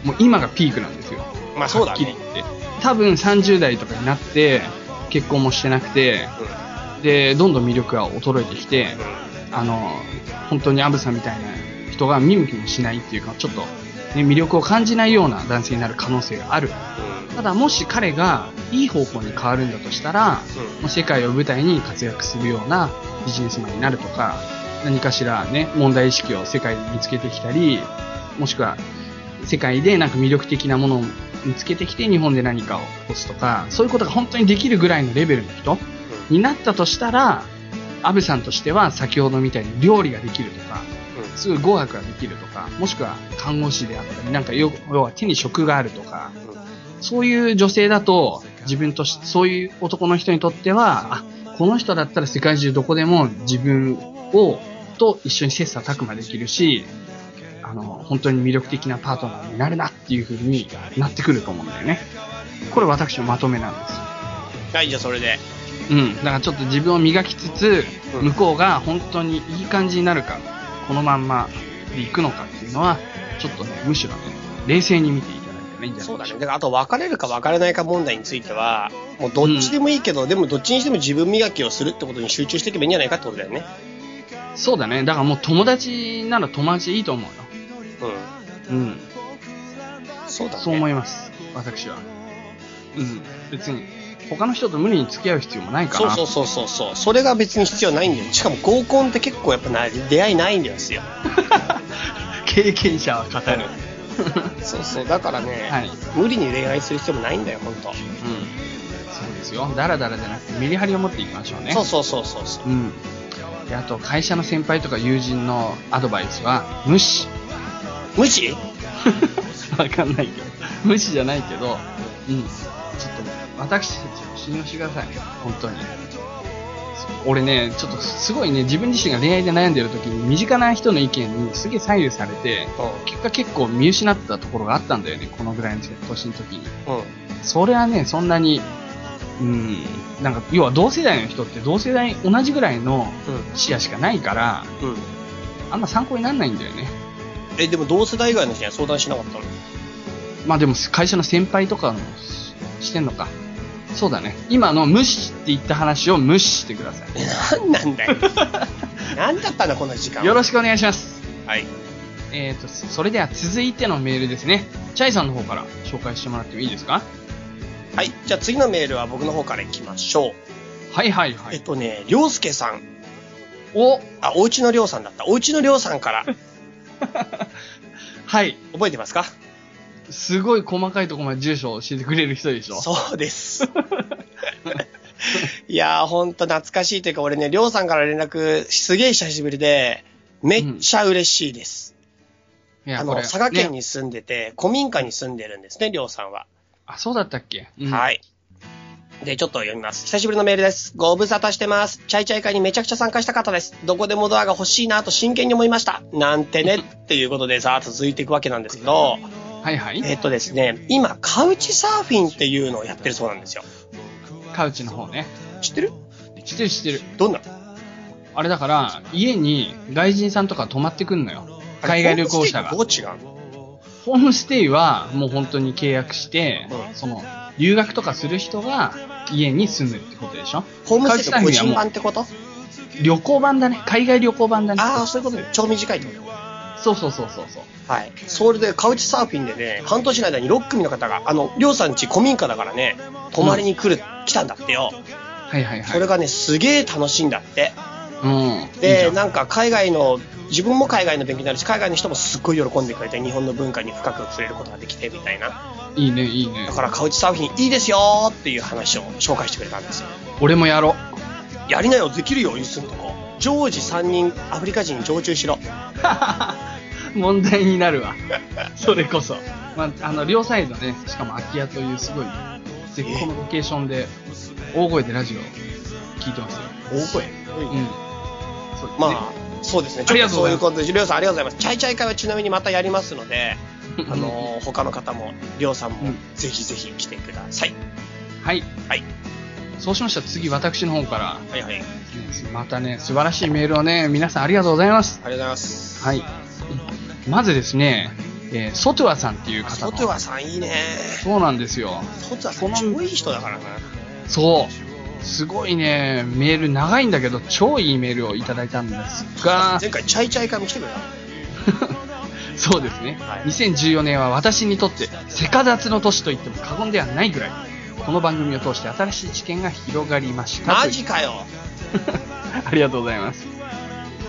う
もう今がピークなんですよ。
ん。まあそうだ
はっきり
ね。
言って。多分30代とかになって、結婚もしてなくて、
うん。
で、どんどん魅力が衰えてきて、あの、本当にアブさんみたいな人が見向きもしないっていうか、ちょっと、ね、魅力を感じないような男性になる可能性がある。ただもし彼がいい方向に変わるんだとしたら、
うん。うん。
もう世界を舞台に活躍するようなビジネスマンになるとか、何かしらね、問題意識を世界に見つけてきたり、もしくは世界でなんか魅力的なものを見つけてきて日本で何かを起こすとか、そういうことが本当にできるぐらいのレベルの人になったとしたら、安部さんとしては先ほどみたいに料理ができるとか、すぐ語学ができるとか、もしくは看護師であったり、なんか要要は手に職があるとか、そういう女性だと、自分とし、そういう男の人にとっては、あ、この人だったら世界中どこでも自分を、と一緒に切磋琢磨できるし、あの、本当に魅力的なパートナーになるなっていう風になってくると思うんだよね。これ私のまとめなんですよ。
はい、じゃあそれで。
うん、だからちょっと自分を磨きつつ、
うん
向こうが本当にいい感じになるか、このまんまでいくのかっていうのは、ちょっとね、むしろね、冷静に見ていただいたらいいんじゃな
そ
いうで
だ
し
ね。
ょうか。
だからあと別れるか別れないか問題については、もうどっちでもいいけど、でもどっちにしても自分磨きをするってことに集中していけばいいんじゃないかってことだよね。
そうだね、だからもう友達なら友達でいいと思うよ。
う
うん、
ん。そうだね。
そう思います、私は。うん、別に、他の人と無理に付き合う必要もないか
そう
ら。 [laughs]
そうそうそうそう。それが別に必要ないんだよ。しかも合コンって結構やっぱな出会いないんですよ。
経験者は語る。
そうそう。だからね、
はい
無理に恋愛する必要もないんだよ、本当。
うん、そうですよ。だらだらじゃなくて、メリハリを持っていきましょうね。
そうそうそうそうそう。
うん。で、あと、会社の先輩とか友人のアドバイスは、無視。 [laughs]
無視
わかんないけど。無視じゃないけど、うん。ちょっと、私たちを信用してください。本当に。俺ね、ちょっとすごいね、自分自身が恋愛で悩んでる時に、身近な人の意見にすげえ左右されて、
う
結果結構見失ってたところがあったんだよね、このぐらいの年の時に。
ん。うん。
それはね、そんなに、うん、なんか、要は同世代の人って同世代、同じぐらいの視野しかないから、
うん。うん。
あんま参考にならないんだよね。
え、でも同世代以外の人には相談しなかったの
まあでも会社の先輩とかもししてんのか。そうだね。今の無視って言った話を無視してください。
何なん [laughs] だよ。何だったんだ、こんな時間。
よろしくお願いします。
はい。
えーと、それでは続いてのメールですね。チャイさんの方から紹介してもらってもいいですか
はい。じゃあ次のメールは僕の方からいきましょう。
はいはいは
えっ
い。
とね、りょうすけさん。
お [laughs]
あ、おうちのりょうさんだった。おうちのりょうさん [laughs] から。
はい。
覚えてますか
すごい細かいところまで住所を教えてくれる人でしょ
そう [laughs] です。いやー、ほんと懐かしいというか、俺ね、りょうさんから連絡、すげえ久しぶりで、めっちゃ嬉しいです。
いや
あ
こ
の、
れ
佐賀県
ね
に住んでて、古民家に住んでるんですね、りょうさんは。
あ、そうだったっけ、うん
はい。で、ちょっと読みます。久しぶりのメールです。ご無沙汰してます。チャイチャイ会にめちゃくちゃ参加したかったです。どこでもドアが欲しいなと真剣に思いました。なんてね、っていうこと
[laughs]
でさ、続いていくわけなんですけど、
はいはい。
えっとですね、今、カウチサーフィンっていうのをやってるそうなんですよ。
カウチの方ね。
知ってる
知ってる知ってる。
どんな
あれだから、家に外人さんとか泊まってくんのよ。海外旅行者が
ど。う違うの
ホームステイはもう本当に契約して、
うん
その、留学とかする人が家に住むってことでしょ
ホームステイ
カウ
の個
チサーフィ
人
ンは
版
も
ってこと
う旅行版だね。海外旅行版だね。
ああ、そういうことね。超短いってこと
そうそうそうそうそう。
はい。それで、カウチサーフィンでね、半年の間に6組の方が、あの、りょうさんち古民家だからね、泊まりに来る、来たんだってよ。
はいはいはい。
それがね、すげえ楽しいんだって。
うん。いいじ
で
ゃん
なんか海外の自分も海外の勉強になるし海外の人もすっごい喜んでくれて日本の文化に深く触れることができてみたいない
いね、いいね
だ。からカウチサーフィンいいですよーっていう話を紹介してくれたんですよ
俺もやろう。
やりなよできるよユスンとこ常時3人アフリカ人に常駐しろ
[laughs] 問題になる
[laughs]
わ。それこそ。まあ、あの、両サイドね、しかも空き家というすごい絶好のロケーションで、大声でラジオ聞いてますよ。大声うん。そう
まあそうですね
あ
ち
り
ょっ
が
と
とうご
そ
ざ
う
い
いう
ます
ことでりょうさんありがとうございますチャイチャイ会はちなみにまたやりますので
[laughs]
あ
うん
のー他の方もりょうさ
う
んも
ん
ぜひぜひ来てください、
はい。
はい
そうしましたら次、私の方から、
はいはいありが
またね、素晴らしいメールをね、皆さんありがとうございます。
とうございます
はい。まずですね、えー、ソトゥアさんっていう方
ソ
の。
トゥアさんいいね
そうなんですよ。
ソトゥアさ
こ
ん
の
超いい人だからな
そう。すごいね、メール長いんだけど、超いいメールをいただいたんですが、 [laughs]
前回チャイチャイ会も来てくれた
そうですね
はい。
2014年は私にとって、セカダツの年と言っても過言ではないぐらい、この番組を通して新しい知見が広がりました。
マジかよ
[laughs] ありがとうございます。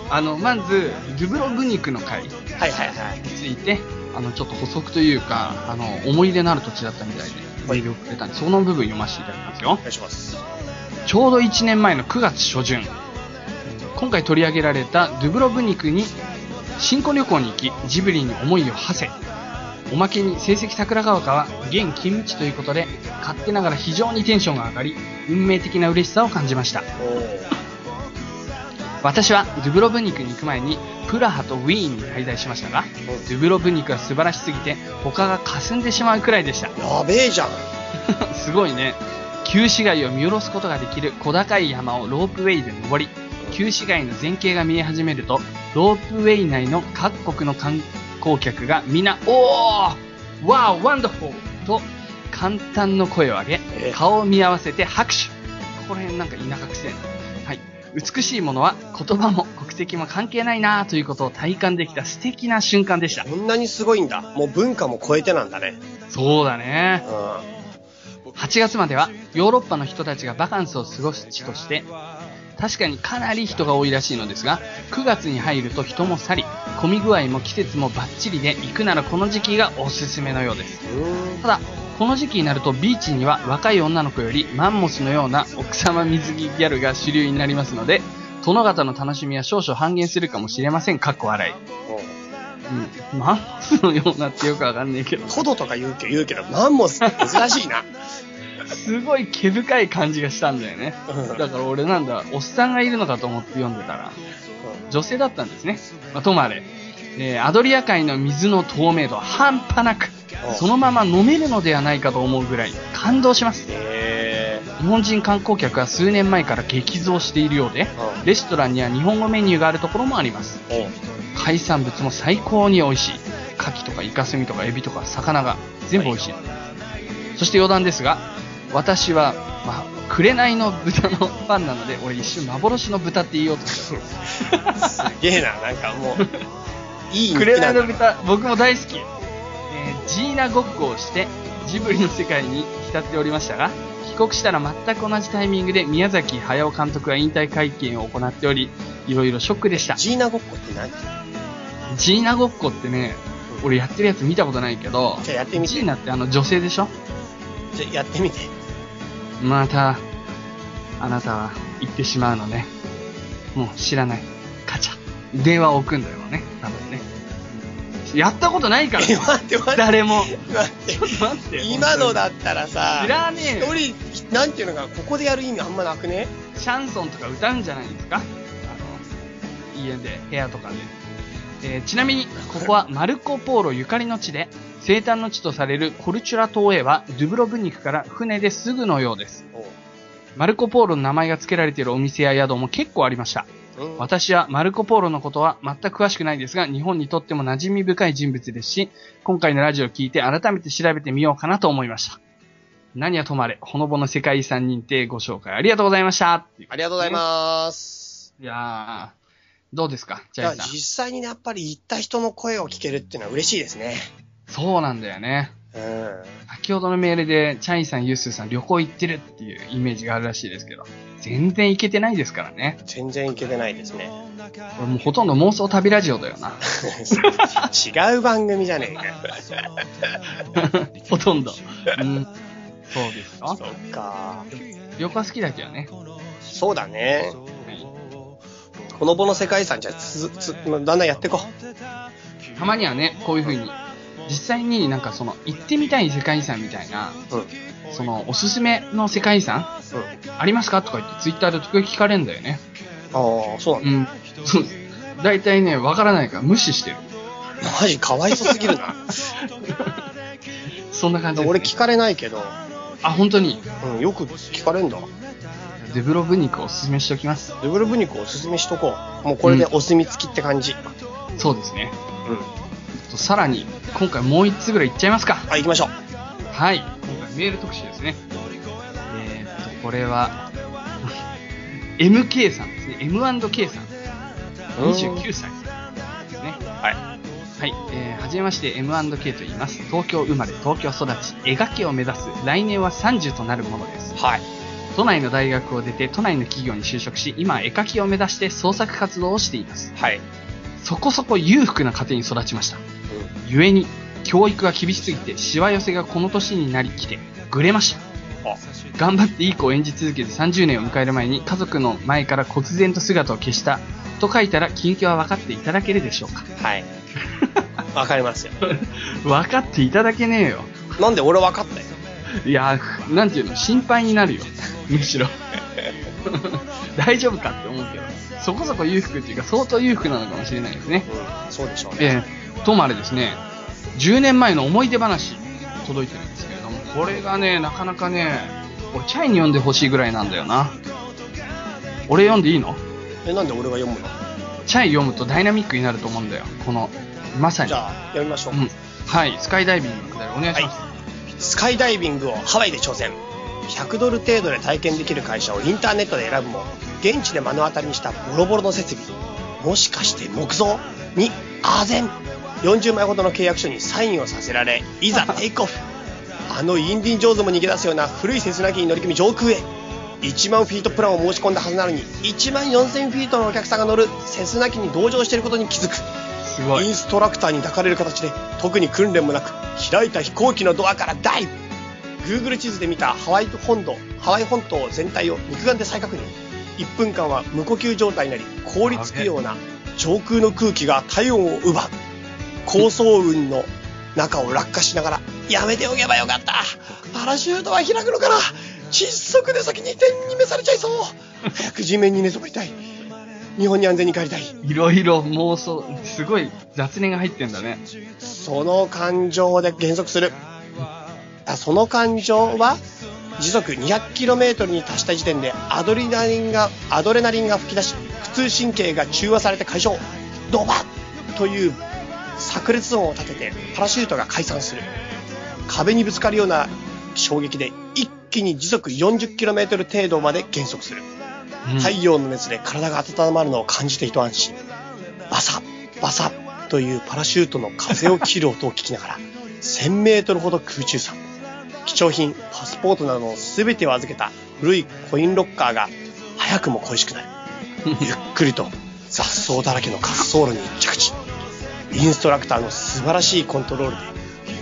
あの、まず、ドゥブログニクの会に
はいはいはい
ついて、あの、ちょっと補足というか、あの、思い出のある土地だったみたいで、メールをくれたんで、その部分読ませていただきますよ
お。願いします
ちょうど1年前の9月初旬、今回取り上げられたドゥブロブニクに新婚旅行に行き、ジブリに思いを馳せ、おまけに成績桜川丘は現金地ということで、勝手ながら非常にテンションが上がり、運命的な嬉しさを感じました。私はドゥブロブニクに行く前にプラハとウィーンに滞在しましたがドゥブロブニクは素晴らしすぎて他が霞んでしまうくらいでした
やべえじゃん。
[laughs] すごいね旧市街を見下ろすことができる小高い山をロープウェイで登り旧市街の全景が見え始めるとロープウェイ内の各国の観光客が皆「おおわあワンダフォー!」と簡単の声を上げ
え
顔を見合わせて拍手ここら辺なんか田舎くせえなはい美しいものは言葉も国籍も関係ないなあということを体感できた素敵な瞬間でした
こんなにすごいんだ。もう文化も超えてなんだね。
そうだね
う
8月まではヨーロッパの人たちがバカンスを過ごす地として確かにかなり人が多いらしいのですが9月に入ると人も去り混み具合も季節もバッチリで行くならこの時期がおすすめのようです
ん。うん
ただこの時期になるとビーチには若い女の子よりマンモスのような奥様水着ギャルが主流になりますので殿方の楽しみは少々半減するかもしれませんかっこ笑い、うん、マンモスのようなってよくわかんないけど
トドとか言うけど、言うけど、マンモスって珍
[laughs]
しいな。
すごい毛深い感じがしたんだよね
う
[laughs]
ん
だから俺なんだおっさんがいるのかと思って読んでたら女性だったんですね、まあ、ともあれ、えーアドリア海の水の透明度は半端なく
お
そのまま飲めるのではないかと思うぐらい感動します
え
日本人観光客は数年前から激増しているようで
うん
レストランには日本語メニューがあるところもあります
ー、お
海産物も最高に美味しい牡蠣とかイカスミとかエビとか魚が全部美味しいそして余談ですが私は、まあ、紅の豚のファンなので俺一瞬幻の豚って言おうとした
す [laughs] げえな、なんかもう、いい肉な
紅
んだ
の豚僕も大好き、えージーナごっこをしてジブリの世界に浸っておりましたが帰国したら全く同じタイミングで宮崎駿監督が引退会見を行っておりいろいろショックでした
ジーナごっこって何
ジーナごっこってね俺やってるやつ見たことないけど
じゃあやってみて
ジーナってあの女性でしょ
じゃあやってみて。
またあなたは行ってしまうのねもう知らないカチャ電話を置くんだよね多分ねやったことない
[laughs]
から
え待って待って。
誰
[laughs]
も
待
ちょっと待っ
って
て。
今の
本
だったら
当
さ
に。、知らねえよ。
一人、なんていうのか、ここでやる意味あんまなくね
シャンソンとか歌うんじゃないですかあの、家で、部屋とかで。えーちなみに、ここはマルコ・ポーロゆかりの地で、生誕の地とされるコルチュラ島へは、ドゥブロブニクから船ですぐのようです。マルコ・ポーロの名前が付けられているお店や宿も結構ありました。
うん
私はマルコ・ポーロのことは全く詳しくないですが、日本にとっても馴染み深い人物ですし、今回のラジオを聞いて改めて調べてみようかなと思いました。何はともあれ、ほのぼの世界遺産認定ご紹介ありがとうございました。
ありがとうございます。
いやー、どうですかジ
じ
ャ
ゃ
イ
あ
さん。
実際にねやっぱり行った人の声を聞けるっていうのは嬉しいですね。
そうなんだよね。
うん。
先ほどのメールで、チャイさん、ユースーさん、旅行行ってるっていうイメージがあるらしいですけど、全然行けてないですからね。
全然行けてないですね。 [laughs]
これもうほとんど妄想旅ラジオだよ [laughs] な。
違う番組じゃねえかよ。
ほとんど。うん。そうですか
そっか。
旅行は好きだけどね。
そうだね。
はい
このぼの世界遺産じゃあつつ、まあだんだんやってこう。
たまにはね、こういう風に、実際になんかその、行ってみたい世界遺産みたいな、
うん。うん。
その、おすすめの世界遺産ありますかとか言って、ツイッターで時々聞かれるんだよね。
ああ、そうなん
う
だ。
ん。そうです。大体ね、わからないから無視してる。 [laughs]
マジかわいそうすぎる [laughs] な。
そんな感じです、ね。
俺聞かれないけど、
あ、本当に。
うん、よく聞かれんだ。
デブロブニクおすすめしておきます。
ルブルブニクおすすめしとこう。もうこれで
うん
お墨付きって感じ。うん。
そうですね。とさらに、今回もう一つぐらいいっちゃいますか。
あ、行きましょう。
はい。今回メール特集ですね。えーっと、これは、MK さんですね。M&K さん。29歳ですね。
は
はい、えーはじめまして M&K と言います。東京生まれ、東京育ち、絵描きを目指す、来年は30となるものです
い。。はい。
都内の大学を出て、都内の企業に就職し、今は絵描きを目指して創作活動をしています。
はい。
そこそこ裕福な家庭に育ちました。故に、教育が厳しすぎて、しわ寄せがこの年になりきて、ぐれました。
あ、
頑張っていい子を演じ続けて30年を迎える前に家族の前から忽然と姿を消したと書いたら近況は分かっていただけるでしょうか [laughs]
はい。わかりますよ。
分かっていただけねえよ
なんで俺わかったよ。
いやーなんていうの心配になるよむしろ [laughs] 大丈夫かって思うけどそこそこ裕福っていうか相当裕福なのかもしれないですね
うん、そうでしょうね。
えーともあれですね10年前の思い出話届いてるんですけれどもこれがねなかなかね俺チャイに読んでほしいぐらいなんだよな俺読んでいいの
え、なんで俺が読むの
チャイ読むとダイナミックになると思うんだよこのまさに
じゃあ、読みましょう。
うん、はいスカイダイビングのくだりお願いします、
スカイダイビングをハワイで挑戦100ドル程度で体験できる会社をインターネットで選ぶも現地で目の当たりにしたボロボロの設備もしかして木造にあぜん40枚ほどの契約書にサインをさせられいざテイクオフあのインディ・ンジョーンズも逃げ出すような古いセスナ機に乗り込み上空へ1万フィートプランを申し込んだはずなのに1万4000フィートのお客さんが乗るセスナ機に同乗していることに気づく
すご
イ
い
ンストラクターに抱かれる形で特に訓練もなく開いた飛行機のドアからダイブ Google 地図で見たハワイ本島ハワイ本島全体を肉眼で再確認1分間は無呼吸状態になり凍りつくような上空の空気が体温を奪う高層雲の中を落下しながらやめておけばよかったパラシュートは開くのかな窒息で先に点に召されちゃいそう早く地面に寝そべりたい日本に安全に帰りたい
いろいろ妄想すごい雑念が入ってんだね
その感情で減速する。あその感情は時速 200km に達した時点でアドレナリンが、アドレナリンが吹き出し、苦痛神経が中和されて解消。ドバッという炸裂音を立ててパラシュートが解散する。壁にぶつかるような衝撃で一気に時速 40km 程度まで減速する。
うん [laughs]
太陽の熱で体が温まるのを感じて一安心バサッバサッというパラシュートの風を切る音を聞きながら 1000m ほど空中散歩貴重品パスポートなどの全てを預けた古いコインロッカーが早くも恋しくなる [laughs] ゆっくりと雑草だらけの滑走路に着地インストラクターの素晴らしいコントロールで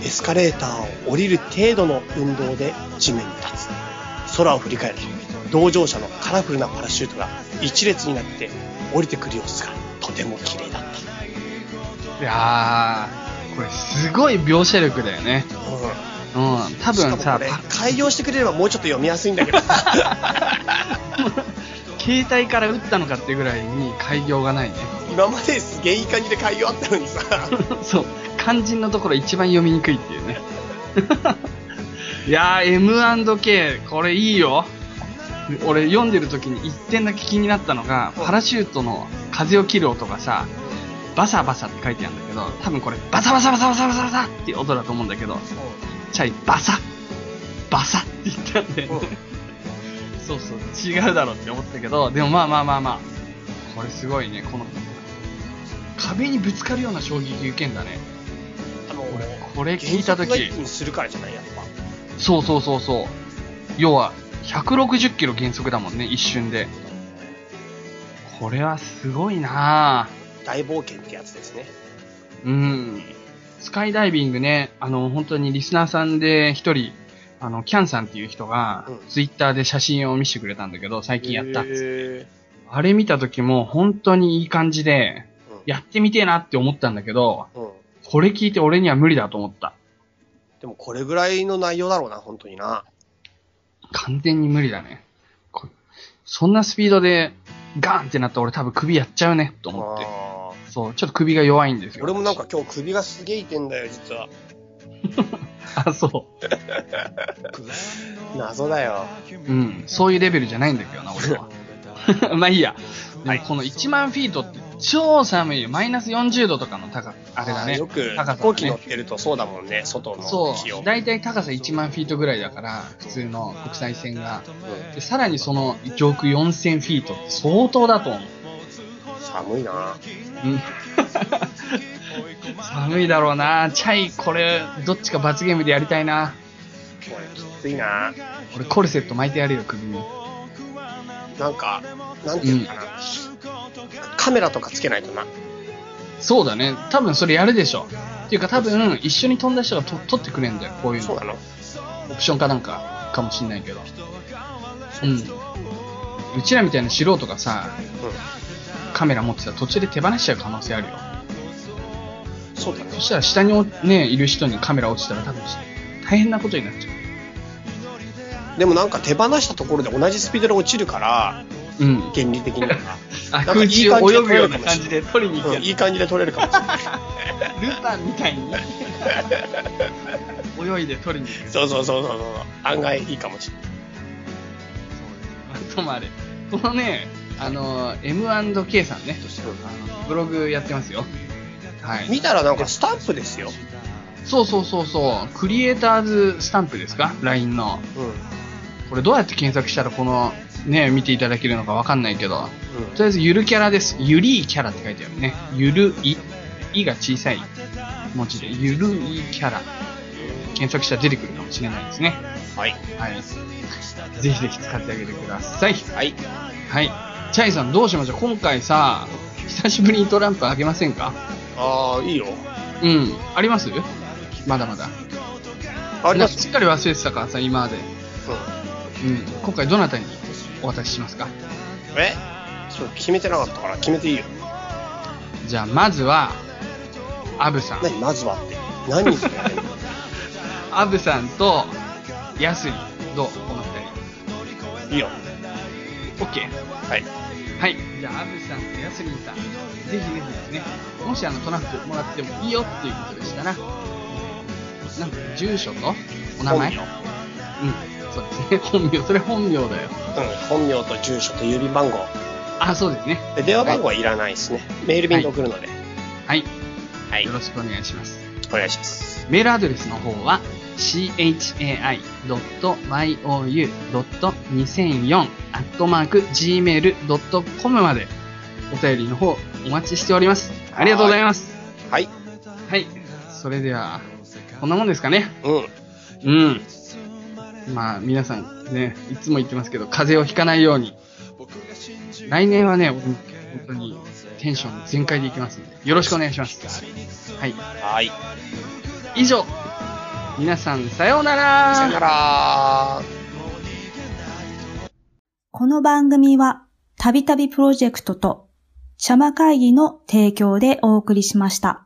エスカレーターを降りる程度の運動で地面に立つ空を振り返ると同乗者のカラフルなパラシュートが一列になって降りてくる様子がとても綺麗だっ
いやーこれすごい描写力だよね
た、
うん多
しか
分
も
さ
これ開業してくれればもうちょっと読みやすいんだけど [laughs]
携帯から打ったのかってぐらいに開業がないね [laughs]
今まですげえいい感じで開業あったのにさ
そう肝心のところ一番読みにくいっていうね [laughs] いやー M&K これいいよ俺読んでる時に一点だけ気になったのがパラシュートの風を切る音がさバサバサって書いてあるんだけど多分これバサバサバサバサバサバサっていう音だと思うんだけどチャイバサバサって言ったんで、ね
うん、
そうそう違うだろうって思ったけどでもまあまあまあまあこれすごいねこの壁にぶつかるような衝撃受けんだね
あの
俺これ聞いた
原則が一
時
気にするからじゃないやっぱ
そうそうそうそう要は160キロ減速だもんね一瞬でこれはすごいなぁ
大冒険ってやつですね
うんスカイダイビングね、あの、本当にリスナーさんで一人、あの、キャンさんっていう人が
うん、
ツイッターで写真を見せてくれたんだけど、最近やったっつって
へ
あれ見た時も本当にいい感じで、
ーうん
やってみてえなって思ったんだけど、
うん
これ聞いて俺には無理だと思った。
でもこれぐらいの内容だろうな、本当にな。
完全に無理だね。こそんなスピードでガーンってなったら俺多分首やっちゃうねと思って。
あ
そう、ちょっと首が弱いんです
ー
よ。
俺もなんか今日首がすげえ痛いんだよ、実は。
あ、そ
謎だよ。
う。うん。そういうレベルじゃないんだけどな、俺は。まあいいや。でもこの1万フィートって超寒いよ。マイナス40度とかの高、あれだね。
ーよく
高さが
飛行機乗
ね
っ。てるとそうだもんね、外の
そ
気温。
う。だいたい高さ1万フィートぐらいだから、普通の国際線が。でさらにその上空4000フィートって相当だと思う。
寒いな。
[laughs] 寒いだろうなチャイこれどっちか罰ゲームでやりたいな
これきついな。
俺コルセット巻いてやるよ首に
なんか、なんていうのかな。カメラとかつけないとな。
そうだね多分それやるでしょっていうか多分一緒に飛んだ人がと撮ってくれんだよこういう
そう
の
なの
オプションかなんかかもしんないけどうんうちらみたいな素人がさ
う
カメラ持ってたら途中で手放しちゃう可能性あるよ。
そうだね
そ。したら下におね、いる人にカメラ落ちたら多分大変なことになっちゃ
でもなんか手放したところで同じスピードで落ちるから、
う。うん。
原理的には。
あ、
なんか
空中を泳ぐような感じ
い
で
い感
取りに行く
うん
や
いい感じで取れるかもしれない。
つ。ルパンみたい [laughs] に。泳いで取りに行く。
そうそうそうそうそう。案外いいかもしれない。
そうもあれ。このね、あの、M&K さんね、あのブログやってますよ。はい。
見たらなんかスタンプですよ。
そうそうそうそう。クリエイターズスタンプですか ?LINE の。
うん。うん。
これどうやって検索したらこの、ね、見ていただけるのかわかんないけど。とりあえずゆるキャラです。ゆりいキャラって書いてあるね。ゆるい。いが小さい文字で、ゆるいキャラ。検索したら出てくるかもしれないですね。
はい。
はい。ぜひぜひ使ってあげてください。
はい。
はい。チャイさんどうしましょう今回さ、久しぶりにトランプあげませんか
ああ、いいよ。
うん。ありますまだまだ。
ありま
なんか
す。
しっかり忘れてたからさ、今まで。
うん。
うん。今回どなたにお渡ししますか
えそう、決めてなかったから決めていいよ。
じゃあ、まずは、アブさん。
何まずはって。何それ
[laughs] アブさんと、ヤスリ。どうこの二
いいよ。
人。オッケー
はい。
はい、じゃあ、アブさんとヤスリンさん、ぜひぜひですね、もしあのトランプもらってもいいよっていうことでしたら、なんか住所とお名前、
本
う
名
ん、そうですね、 [laughs] 本名、それ本名だよ。
うん。本名と住所と郵便番号。
あ、そうですね。
で電話番号はいらないですね。メール便で送るので。
はい、
はい。
よろしくお願いします。
お願いします。
メールアドレスの方は、chai.you.2004-gmail.com までお便りの方お待ちしております。ありがとうございます。
はい。
はい。それでは、こんなもんですかね。
うん。
うん。まあ、皆さんね、いつも言ってますけど、風邪をひかないように。来年はね、僕本当にテンション全開でいきますんで、よろしくお願いします。はい。
はい。
以上、皆さんさようなら
さよなら。
この番組は、たびたびプロジェクトと、茶間会議の提供でお送りしました。